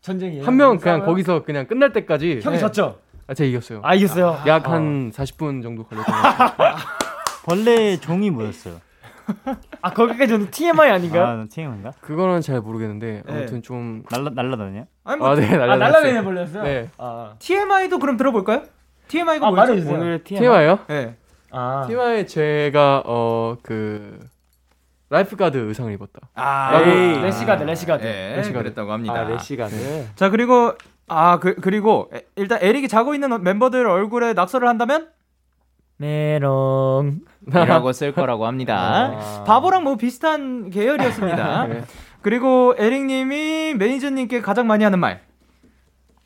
L: 전쟁이에요.
F: 한 명 그냥 거기서 그냥 끝날 때까지
L: 예, 형이 졌죠.
F: 아, 제가 이겼어요.
L: 아 이겼어요.
F: 약 한 40분 정도 걸렸던 것 같아요.
N: 벌레 종이 뭐였어요?
L: 아 거기까지는 TMI
H: 네.
L: 아닌가요?
N: 아, TM인가?
F: 그거는 잘 모르겠는데
B: 네.
F: 아무튼 좀
N: 날라 날라다녀?
B: 아니 뭐
F: 아, 네,
L: 아,
F: 날라
L: 날라다니는 벌레였어요.
F: 네.
L: 아,
B: TMI도 그럼 들어볼까요? TMI가
L: 아
B: 뭐였죠?
L: 말해주세요.
K: 오늘 TMI.
F: TMI요?
B: 예.
L: 아,
F: TMI 제가 어 그 라이프가드 의상을 입었다.
B: 아,
F: 라고-
B: 에이.
L: 레시가드, 레시가드. 네.
B: 예,
F: 레시가드.
B: 그랬다고 합니다.
K: 아, 내 시간에.
B: 자, 그리고 아, 그, 그리고 에- 일단 에릭이 자고 있는 멤버들 얼굴에 낙서를 한다면
L: 메롱.
B: 이라고 쓸 거라고 합니다. 네. 바보랑 뭐 비슷한 <laughs> 계열이었습니다. 그리고 에릭 님이 매니저님께 가장 많이 하는 말.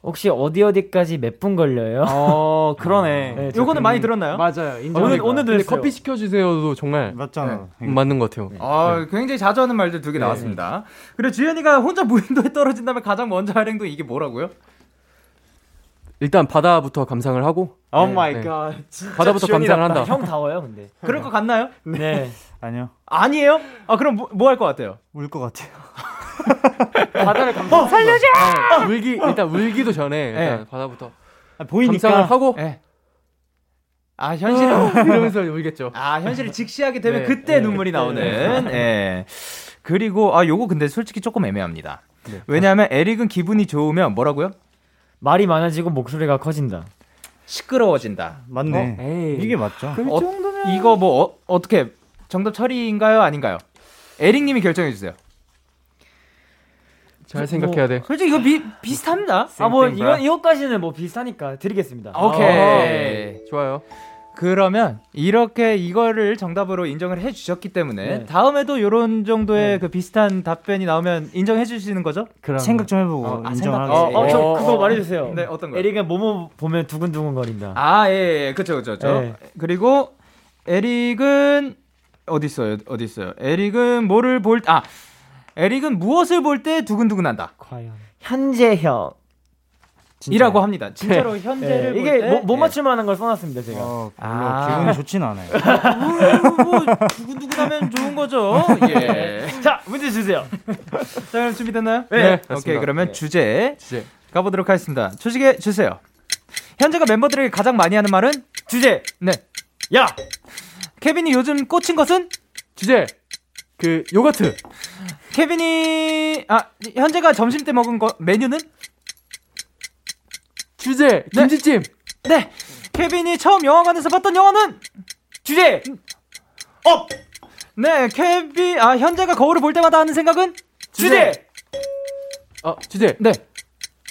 L: 혹시 어디 어디까지 몇 분 걸려요?
K: 어 그러네.
L: 네, 저
B: 아, 요거는
L: 그-
B: 많이 들었나요?
K: 맞아요. 인정.
F: 오늘
L: 오늘도
F: 오늘
L: 했어요.
F: 커피 시켜 주세요도 정말
N: 맞잖아.
F: 맞는 것 같아요.
B: 아, 굉장히 자주 하는 말들
K: 네.
B: 두 개 나왔습니다. 그리고 주현이가 혼자 무인도에 떨어진다면 가장 먼저 할 행동 이게 뭐라고요?
F: 일단 바다부터 감상을 하고
K: 오 마이
F: 네.
K: 갓.
F: 바다부터 감상을 한다.
L: 네, 형 다워요, 근데.
B: 그럴 것 같나요?
L: 네.
N: 아니요.
B: 아니에요? 아, 그럼 뭐 할 것 같아요?
N: 울 것 같아요.
F: 바다를 감상. 살려줘! 네, 울기 일단 울기도 전에 일단
B: 네.
F: 바다부터
N: 아, 보이니까.
F: 감상을 하고
B: 예. 아, 현실을 <laughs>
F: <laughs> 이러면서 울겠죠.
B: 아, 현실을 직시하게 되면
F: 네,
B: 그때 눈물이 나오는. 예. 그리고 아 요거 근데 솔직히 조금 애매합니다. 왜냐하면 에릭은 기분이 좋으면 뭐라고요? 말이 많아지고 목소리가 커진다. 시끄러워진다.
H: 맞네.
B: 어?
H: 이게 맞죠.
B: 어, 이거 뭐 어, 떻게 정답 처리인가요? 아닌가요? 에릭님이 결정해 주세요.
F: 잘 생각해야 돼.
L: 솔직히 이거 비, 비슷합니다. 아 뭐 이거 이거까지는 뭐 비슷하니까 드리겠습니다.
F: 어,
B: 오케이.
F: 좋아요.
B: 그러면 이렇게 이거를 정답으로 인정을 해주셨기 때문에
L: 네.
B: 다음에도 이런 정도의 그 비슷한 답변이 나오면 인정해 주시는 거죠?
H: 생각 좀 해보고
B: 아,
H: 인정하게.
B: 생각-
L: 어, 저
B: 어,
L: 그거
B: 어.
L: 말해주세요.
B: 네, 어떤 거요?
L: 에릭은 뭐뭐 보면 두근두근 거린다.
B: 아, 예, 예. 그쵸, 그쵸, 그쵸.
L: 예.
B: 그리고 에릭은, 어딨어요, 어딨어요. 에릭은 뭐를 볼, 아, 에릭은 무엇을 볼 때 두근두근 한다. 과연.
L: 현재형.
B: 이라고 합니다. 진짜로
L: 네.
B: 현재를
L: 네.
B: 볼
L: 이게
B: 때?
L: 뭐- 못 맞출 만한 걸 써놨습니다 제가.
B: 아.
H: 기분이 좋진 않아요.
B: 뭐 두근두근 하면 좋은 거죠. <laughs> 예.
L: 자 문제 주세요.
B: 자, 그럼 준비됐나요?
L: 네.
B: 오케이,
L: 맞습니다.
B: 그러면
L: 네.
B: 주제. 가보도록 하겠습니다. 초식에 주세요. 현재가 멤버들에게 가장 많이 하는 말은? 주제. 네. 야! 케빈이 요즘 꽂힌 것은? 주제. 그, 요거트. 케빈이, 아, 현재가 점심 때 먹은 거, 메뉴는? 주제. 김치찜. 네. 케빈이 처음 영화관에서 봤던 영화는? 주제. 업! 네, 케빈, 아, 현재가 거울을 볼 때마다 하는 생각은? 주제.
F: 아 주제.
B: 네.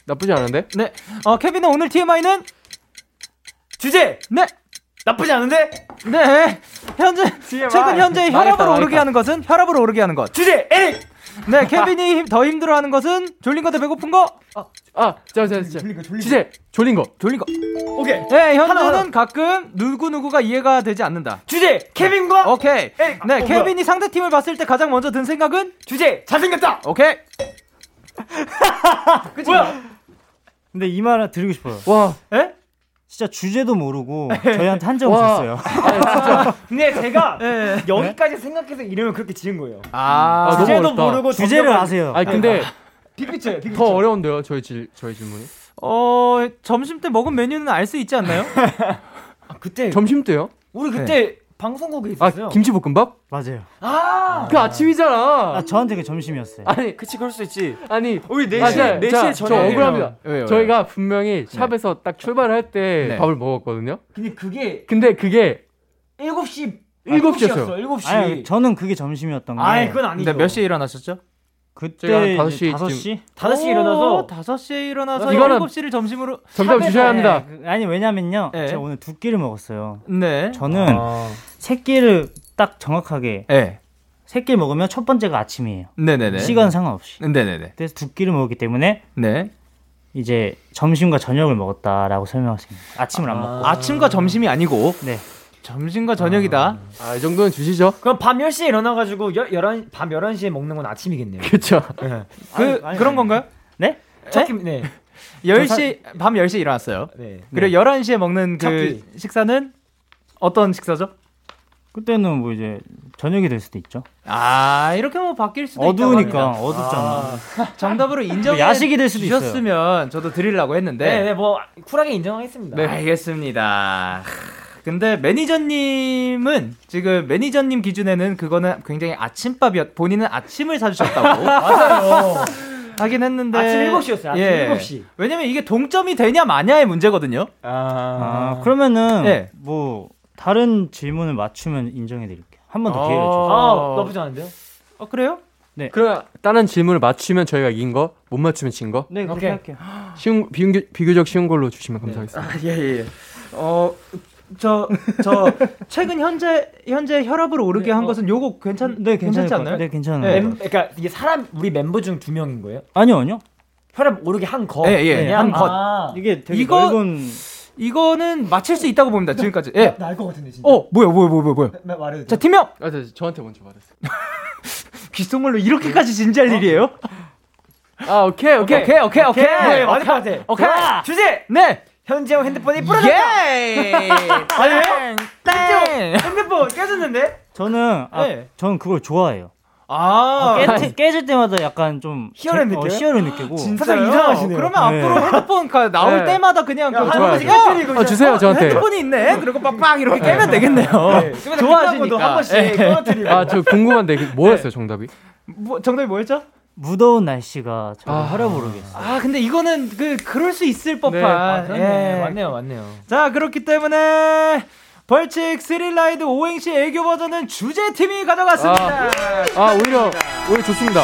F: 나쁘지 않은데?
B: 네. 어, 케빈은 오늘 TMI는? 주제! 네! 나쁘지 않은데? 네. 현재, 최근 현재
L: 망했다,
B: 혈압으로 오르게
L: 망했다.
B: 하는 것은? 혈압으로 오르게 하는 것. 주제! 에릭! 네, 케빈이 힘- 더 힘들어 하는 것은? 졸린 거다 배고픈 거? 아, 아, 자, 자, 자. 졸린 거, 졸린 주제! 졸린 거. 졸린 거. 오케이. 네, 현재는 가끔 누구누구가 이해가 되지 않는다. 주제! 케빈과? 오케이. 네,
L: 어,
B: 케빈이 상대팀을 봤을 때 가장 먼저 든 생각은? 주제! 잘생겼다! 오케이.
H: 뭐야? 근데 이 말을 드리고 싶어요.
F: 와,
H: 에? 진짜 주제도 모르고 저희한테 한적
L: 와.
H: 없었어요.
L: <laughs> 근데 제가
B: 예.
L: 여기까지 생각해서 이름을 그렇게 지은 거예요.
F: 아, 너무
L: 주제도
F: 어렵다.
L: 모르고
H: 주제를 아세요.
F: 아니 근데
L: 빅피처예요.
F: 더 어려운데요. 저희 질 저희 질문이.
B: 어, 점심 때 먹은 메뉴는 알 수 있지 않나요?
L: 그때
F: 점심 때요?
L: 우리
F: 네.
L: 그때 방송국에
F: 아
L: 있었어요.
F: 김치볶음밥?
H: 맞아요.
L: 아,
F: 그 아침이잖아.
H: 아, 저한테 그 점심이었어요.
F: 아니
O: 그치 그럴 수 있지.
F: 아니
O: 우리
F: 아,
O: 4시에
F: 자,
O: 4시에
F: 저
O: 전화.
F: 억울합니다.
B: <laughs> 왜요, 왜요?
F: 저희가 분명히 샵에서 딱 출발할 때
B: 네.
F: 밥을 먹었거든요.
L: 근데 그게
F: 근데 그게
L: 7시
F: 아, 일곱 시였어요.
L: 네, 7시.
H: 아니, 저는 그게 점심이었던 거예요.
L: 아이, 그건 아니죠.
B: 네. 근데 몇 시에 일어나셨죠?
F: 저희가 한
H: 그때
F: 다섯 시쯤-
H: 5시?
L: 5시에 일어나서
B: 5시에 일어나서
H: 이거는
B: 7시를 점심으로
H: 샵에서- 네, 그- 아니 왜냐면요.
B: 네.
H: 제가 오늘 두 끼를 먹었어요.
B: 네.
H: 저는 세 끼를 딱 정확하게
B: 네.
H: 세 끼를 먹으면 첫 번째가 아침이에요.
B: 네네네.
H: 시간 상관없이.
B: 네네네.
H: 그래서 두 끼를 먹었기 때문에
B: 네.
H: 이제 점심과 저녁을 먹었다라고 설명하시는 거예요. 아침을 안 먹고.
B: 아침과 점심이 아니고
H: 네.
B: 점심과 저녁이다.
F: 아, 이 정도는 주시죠.
L: 그럼 밤 10시에 일어나 가지고 11, 밤 11시에 먹는 건 아침이겠네요.
F: 그렇죠.
B: 그
L: 아니, 아니,
B: 그런 건가요?
H: 네?
L: 첫 끼- 네.
B: 10시 밤 10시에 일어났어요.
L: 네.
B: 그리고 11시에 먹는 그
H: 첫
B: 식사는 어떤 식사죠?
H: 그때는 뭐 이제 저녁이 될 수도 있죠.
B: 아, 이렇게 뭐 바뀔 수도
H: 어두우니까
B: 있다고 합니다.
H: 어둡잖아.
B: 아, 정답으로 인정해
H: 야식이 될 수도 있어요.
B: 주셨으면 저도 드리려고 했는데
L: 네, 네, 뭐 쿨하게 인정하겠습니다.
B: 네, 알겠습니다. 하, 근데 매니저님은 지금 매니저님 기준에는 그거는 굉장히 아침밥이었 본인은 아침을 사주셨다고
L: <laughs> 맞아요.
B: 하긴 했는데 예.
L: 아침 7시였어요, 아침 7시.
B: 왜냐면 이게 동점이 되냐 마냐의 문제거든요.
H: 아, 그러면은
B: 네.
H: 뭐 다른 질문을 맞추면 인정해 드릴게요. 한 번 더 기회를
F: 아.
H: 주세요.
L: 아, 나쁘지 않은데요?
B: 어 그래요?
H: 네.
F: 그럼 다른 질문을 맞추면 저희가 이긴 거, 못 맞추면 진 거.
H: 네, 그렇게
L: 오케이.
H: 할게요.
F: 쉬운 비교, 비교적 쉬운 걸로 주시면 감사하겠습니다.
L: 아,
B: 예, 예, 예. 어, 저,
L: <laughs>
B: 저, 최근 현재, 현재 혈압으로 오르게
L: 어.
B: 한 것은 요거 괜찮,
H: 네, 괜찮을
B: 괜찮지
H: 것
B: 않나요?
H: 같아요. 네, 괜찮아요.
L: 네, 멤- 그러니까 이게 사람 우리 멤버 중 두 명인 거예요?
H: 아니요, 아니요.
L: 혈압 오르게 한 거.
B: 예, 예,
H: 네,
B: 한
H: 아.
B: 것.
H: 이게 되게
B: 이거-
H: 넓은
B: 이거는 맞힐 수 있다고 봅니다, 지금까지. 예.
L: 나알 것 같은데 진짜.
B: 어, 뭐야, 뭐야, 뭐야, 뭐야, 뭐야.
L: 나- 말해도
B: 자,
L: 돼?
B: 팀명!
F: 아, 저, 저한테 먼저 말했어요.
B: <laughs> 귓속말로 이렇게까지 진지할 일이에요?
F: 아, 오케이, 오케이.
B: 오케이, 오케이, 오케이.
L: 네, 맞을 것 같아.
B: 오케이.
L: 좋아.
B: 주제! 네!
L: 현재형 핸드폰이 부러졌다.
B: 예!
L: 아니 왜?
B: 땡!
L: 핸드폰 깨졌는데?
H: 저는 아,
B: 네.
H: 저는 그걸 좋아해요.
B: 아,
H: 깨, 깨질 때마다 약간 좀
L: 희열을
H: 제- 어,
L: 느껴요?
H: 희열을 느끼고
L: 진짜 이상하시네요.
B: 그러면
H: 네.
B: 앞으로 핸드폰 가- 나올
F: 네.
B: 때마다 그냥 그
F: 좋아요,
B: 할아버지
F: 좋아요.
B: 깨뜨리고
F: 아, 주세요,
B: 어,
F: 저한테.
B: 핸드폰이 있네. 그리고 빡빡 이렇게 깨면 되겠네요.
L: 좋아하시니까. 한 번씩
B: 예.
L: 끊어뜨리고.
F: 아, 저 궁금한데, 그 뭐였어요, 정답이?
B: 뭐 정답이 뭐였죠?
H: 무더운 날씨가 저를
B: 아, 아 근데 이거는 그 그럴 수 있을 법한. 예.
P: 아, 그렇네. 맞네요, 맞네요.
B: 자 그렇기 때문에 벌칙 스릴라이드 오행시 애교 버전은 주제 팀이 가져갔습니다.
F: 아 오히려 오히려 좋습니다.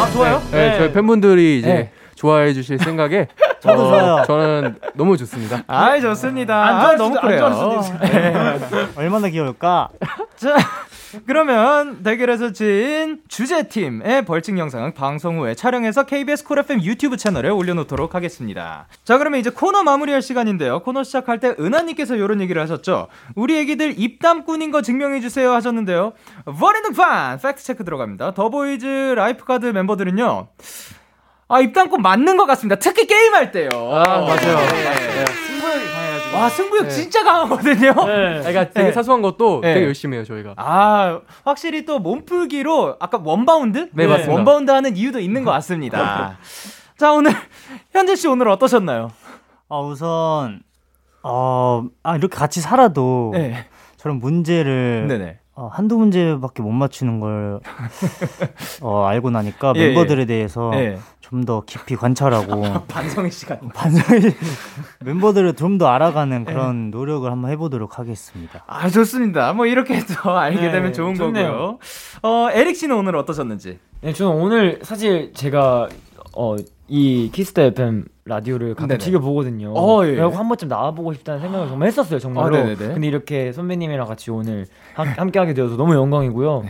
B: 아, 좋아요?
F: 네,
B: 네.
F: 저희 팬분들이 이제
B: 네.
F: 좋아해 주실 생각에
B: <laughs>
F: 어,
B: 저도 좋아요. 네.
F: 저는 너무 좋습니다.
B: 아이 좋습니다.
H: 안
B: 아,
H: 좋아할
B: 너무
H: 수도- 안
B: 그래요.
H: 좋아할 수도 있어요.
B: 얼마나 귀여울까? 자, <laughs> 그러면 대결에서 진 주제팀의 벌칙 영상 방송 후에 촬영해서 KBS 콜 FM 유튜브 채널에 올려놓도록 하겠습니다. 자, 그러면 이제 코너 마무리할 시간인데요. 코너 시작할 때 은하님께서 이런 얘기를 하셨죠. 우리 애기들 입담꾼인 거 증명해주세요 하셨는데요. 버리는판 팩트체크 들어갑니다. 더보이즈 라이프가드 멤버들은요. 아, 입담꾼 맞는 것 같습니다. 특히 게임할 때요.
F: 아 맞아요.
B: 네.
F: 맞아요.
B: 와 승부욕
F: 네.
B: 진짜 강하거든요.
F: 아, 그러니까 되게
B: 네.
F: 사소한 것도
B: 네.
F: 되게 열심히 해요 저희가.
B: 아 확실히 또 몸풀기로 아까 원바운드 예,
F: 네, 맞습니다.
B: 원바운드 하는 이유도 있는 것 <laughs> 같습니다. 자 오늘 현진 씨 오늘 어떠셨나요?
H: 아 우선 어, 아 이렇게 같이 살아도
B: 네.
H: 저런 문제를
B: 네네.
H: 어, 한두 문제밖에 못 맞추는 걸 어, 알고 나니까
B: 예, 예.
H: 멤버들에 대해서
B: 예.
H: 좀 더 깊이 관찰하고
B: 반성의 시간.
H: 반성이 멤버들을 좀 더 알아가는 그런 노력을 한번 해보도록 하겠습니다.
B: 아 좋습니다. 뭐 이렇게 해서 <laughs> 알게
H: 네,
B: 되면 좋은
H: 좋네요.
B: 거고요. 어 에릭 씨는 오늘 어떠셨는지?
L: 네, 저는 오늘 사실 제가 어, 이 키스터 FM 라디오를 가끔
P: 네네.
L: 즐겨 보거든요.
P: 어, 예.
L: 그래서 한 번쯤 나와보고 싶다는 생각을 정말 했었어요, 정말로.
P: 아, 네네네.
L: 근데 이렇게 선배님이랑 같이 오늘 함께 하게 되어서 너무 영광이고요.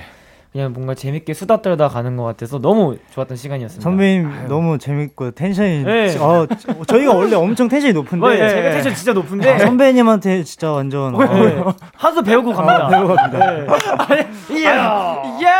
L: 그냥 뭔가 재밌게 수다 떨다 가는 것 같아서 너무 좋았던 시간이었습니다.
H: 선배님 너무 재밌고 텐션이
L: 네.
H: 어, 저- 저희가 원래 엄청 텐션이 높은데
L: 네, 제가 텐션 진짜 높은데.
H: 아, 선배님한테 진짜 완전 어,
L: 네. 하도 배우고 갑니다. 네. 예.
H: 아, 배우고 갑니다.
L: 예.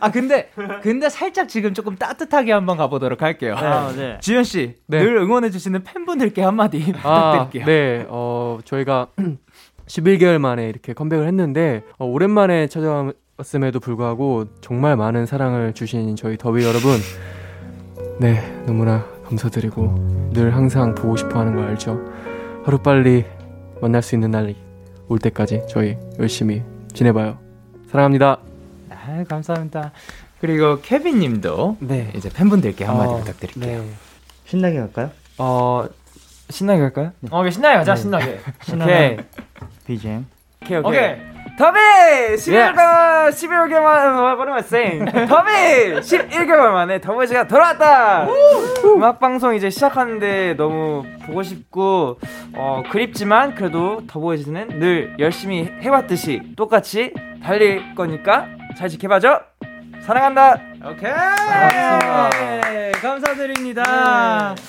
B: 아 근데 근데 살짝 지금 조금 따뜻하게 한번 가보도록 할게요.
F: 아, 네.
B: 지현 씨
F: 네.
B: 늘 응원해 주시는 팬분들께 한마디
F: 아,
B: 부탁드릴게요.
F: 네, 어, 저희가 <clears throat> 11개월 만에 이렇게 컴백을 했는데, 어, 오랜만에 찾아왔음에도 불구하고, 정말 많은 사랑을 주신 저희 더비 여러분, 네, 너무나 감사드리고, 늘 항상 보고 싶어 하는 거 알죠? 하루빨리 만날 수 있는 날이 올 때까지 저희 열심히 지내봐요. 사랑합니다.
B: 아, 감사합니다. 그리고 케빈 님도 네. 어, 이제 팬분들께 한마디
L: 아,
B: 부탁드릴게요.
L: 네.
H: 신나게 갈까요?
L: 어 신나게 갈까요? 어 신나게 가자 <laughs> 신나게.
H: 신나게 BGM
L: 오케이
H: 오케이.
L: 더비 11개월 11개월 만에 <laughs> 생 더비 11개월 만에 더보이즈가 돌아왔다.
Q: 음악 방송 이제 시작하는데 너무 보고 싶고 어, 그립지만 그래도 더보이즈는 늘 열심히 해왔듯이 똑같이 달릴 거니까 잘 지켜봐줘. 사랑한다.
B: 오케이. 네, 감사드립니다. 네.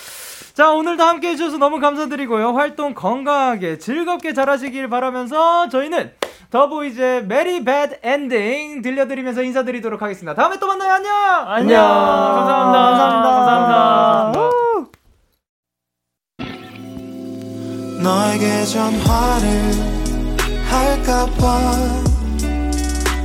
B: 자, 오늘도 함께 해주셔서 너무 감사드리고요. 활동 건강하게 즐겁게 잘하시길 바라면서 저희는 더보이즈의 메리 배드 엔딩 들려드리면서 인사드리도록 하겠습니다. 다음에 또 만나요. 안녕!
L: 안녕. 감사합니다. 감사합니다.
R: 너에게 전화를 할까봐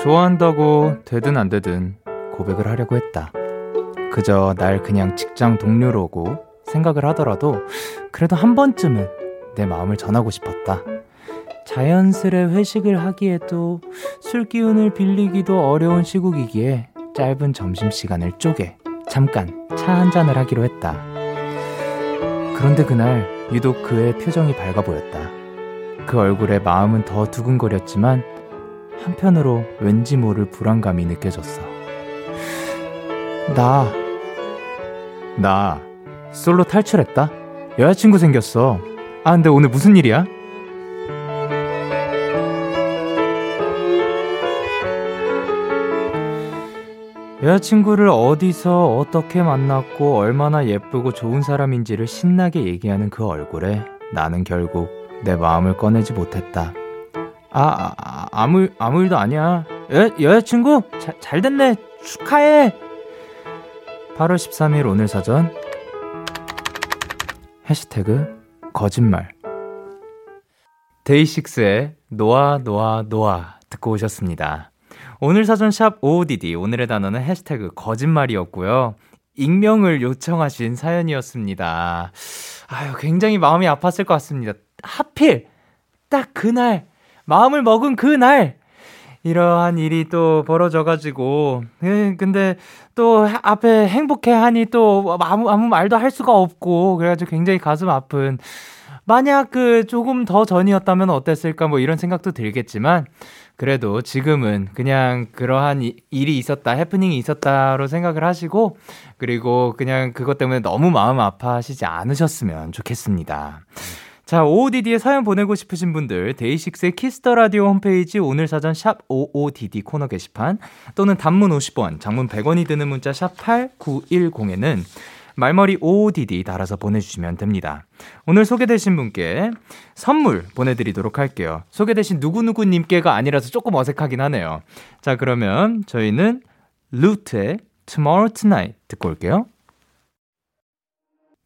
B: 좋아한다고 되든 안 되든 고백을 하려고 했다. 그저 날 그냥 직장 동료로고 생각을 하더라도 그래도 한 번쯤은 내 마음을 전하고 싶었다. 자연스레 회식을 하기에도 술 기운을 빌리기도 어려운 시국이기에 짧은 점심시간을 쪼개 잠깐 차 한 잔을 하기로 했다. 그런데 그날 유독 그의 표정이 밝아 보였다. 그 얼굴에 마음은 더 두근거렸지만 한편으로 왠지 모를 불안감이 느껴졌어. 나, 나 솔로 탈출했다. 여자친구 생겼어. 아, 근데 오늘 무슨 일이야? 여자친구를 어디서 어떻게 만났고 얼마나 예쁘고 좋은 사람인지를 신나게 얘기하는 그 얼굴에 나는 결국 내 마음을 꺼내지 못했다. 아, 아 아무 아무 일도 아니야. 여, 여자친구 자, 잘 됐네 축하해. 8월 13일 오늘 사전 해시태그 거짓말 데이식스의 노아 노아 노아 듣고 오셨습니다. 오늘 사전 샵 OODD 오늘의 단어는 해시태그 거짓말이었고요. 익명을 요청하신 사연이었습니다. 아유 굉장히 마음이 아팠을 것 같습니다. 하필 딱 그날 마음을 먹은 그날 이러한 일이 또 벌어져가지고 예, 근데 또 하- 앞에 행복해 하니 또 아무 아무 말도 할 수가 없고 그래가지고 굉장히 가슴 아픈 만약 그 조금 더 전이었다면 어땠을까 뭐 이런 생각도 들겠지만 그래도 지금은 그냥 그러한 이- 일이 있었다 해프닝이 있었다로 생각을 하시고 그리고 그냥 그것 때문에 너무 마음 아파하시지 않으셨으면 좋겠습니다. 자, OODD에 사연 보내고 싶으신 분들, 데이식스의 키스터 라디오 홈페이지 오늘 사전 샵 OODD 코너 게시판 또는 단문 50원, 장문 100원이 드는 문자 샵 8910에는 말머리 OODD 달아서 보내주시면 됩니다. 오늘 소개되신 분께 선물 보내드리도록 할게요. 소개되신 누구누구님께가 아니라서 조금 어색하긴 하네요. 자, 그러면 저희는 루트의 Tomorrow Tonight 듣고 올게요.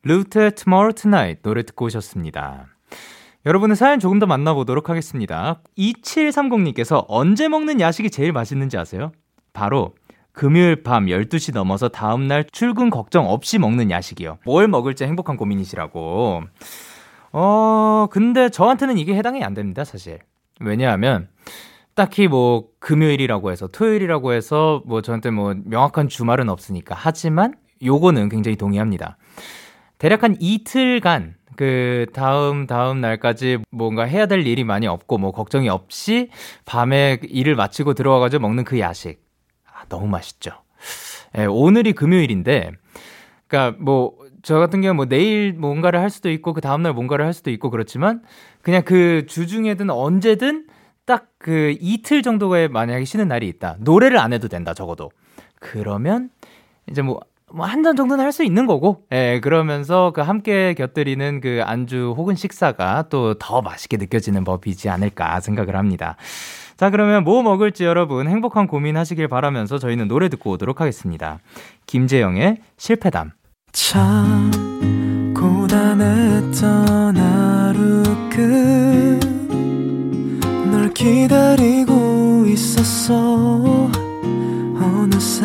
B: 루트의 Tomorrow Tonight 노래 듣고 오셨습니다. 여러분의 사연 조금 더 만나보도록 하겠습니다. 2730님께서 언제 먹는 야식이 제일 맛있는지 아세요? 바로 금요일 밤 12시 넘어서 다음날 출근 걱정 없이 먹는 야식이요. 뭘 먹을지 행복한 고민이시라고. 어, 근데 저한테는 이게 해당이 안 됩니다, 사실. 왜냐하면 딱히 뭐 금요일이라고 해서 토요일이라고 해서 뭐 저한테 뭐 명확한 주말은 없으니까. 하지만 요거는 굉장히 동의합니다. 대략 한 이틀간 그 다음 다음 날까지 뭔가 해야 될 일이 많이 없고 뭐 걱정이 없이 밤에 일을 마치고 들어와가지고 먹는 그 야식 아, 너무 맛있죠. 예, 오늘이 금요일인데 그러니까 뭐 저 같은 경우 뭐 내일 뭔가를 할 수도 있고 그 다음 날 뭔가를 할 수도 있고 그렇지만 그냥 그 주중에든 언제든 딱 그 이틀 정도가 만약에 쉬는 날이 있다 노래를 안 해도 된다 적어도 그러면 이제 뭐, 뭐 한 잔 정도는 할 수 있는 거고, 예, 그러면서 그 함께 곁들이는 그 안주 혹은 식사가 또 더 맛있게 느껴지는 법이지 않을까 생각을 합니다. 자, 그러면 뭐 먹을지 여러분 행복한 고민하시길 바라면서 저희는 노래 듣고 오도록 하겠습니다. 김재영의 실패담.
A: 참 고단했던 하루 끝널 기다리고 있었어 어느새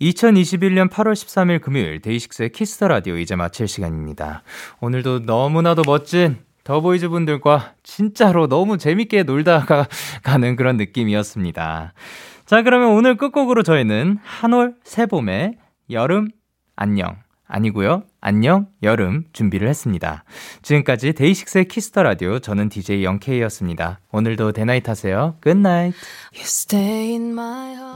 B: 2021년 8월 13일 금요일 데이식스의 키스터 라디오 이제 마칠 시간입니다. 오늘도 너무나도 멋진 더보이즈 분들과 진짜로 너무 재밌게 놀다가 가는 그런 느낌이었습니다. 자, 그러면 오늘 끝곡으로 저희는 한올 새봄의 여름 안녕 아니고요. 안녕 여름 준비를 했습니다. 지금까지 데이식스의 키스터 라디오 저는 DJ 영케이였습니다. 오늘도 대나잇 하세요. 굿나잇.
S: You stay in my heart.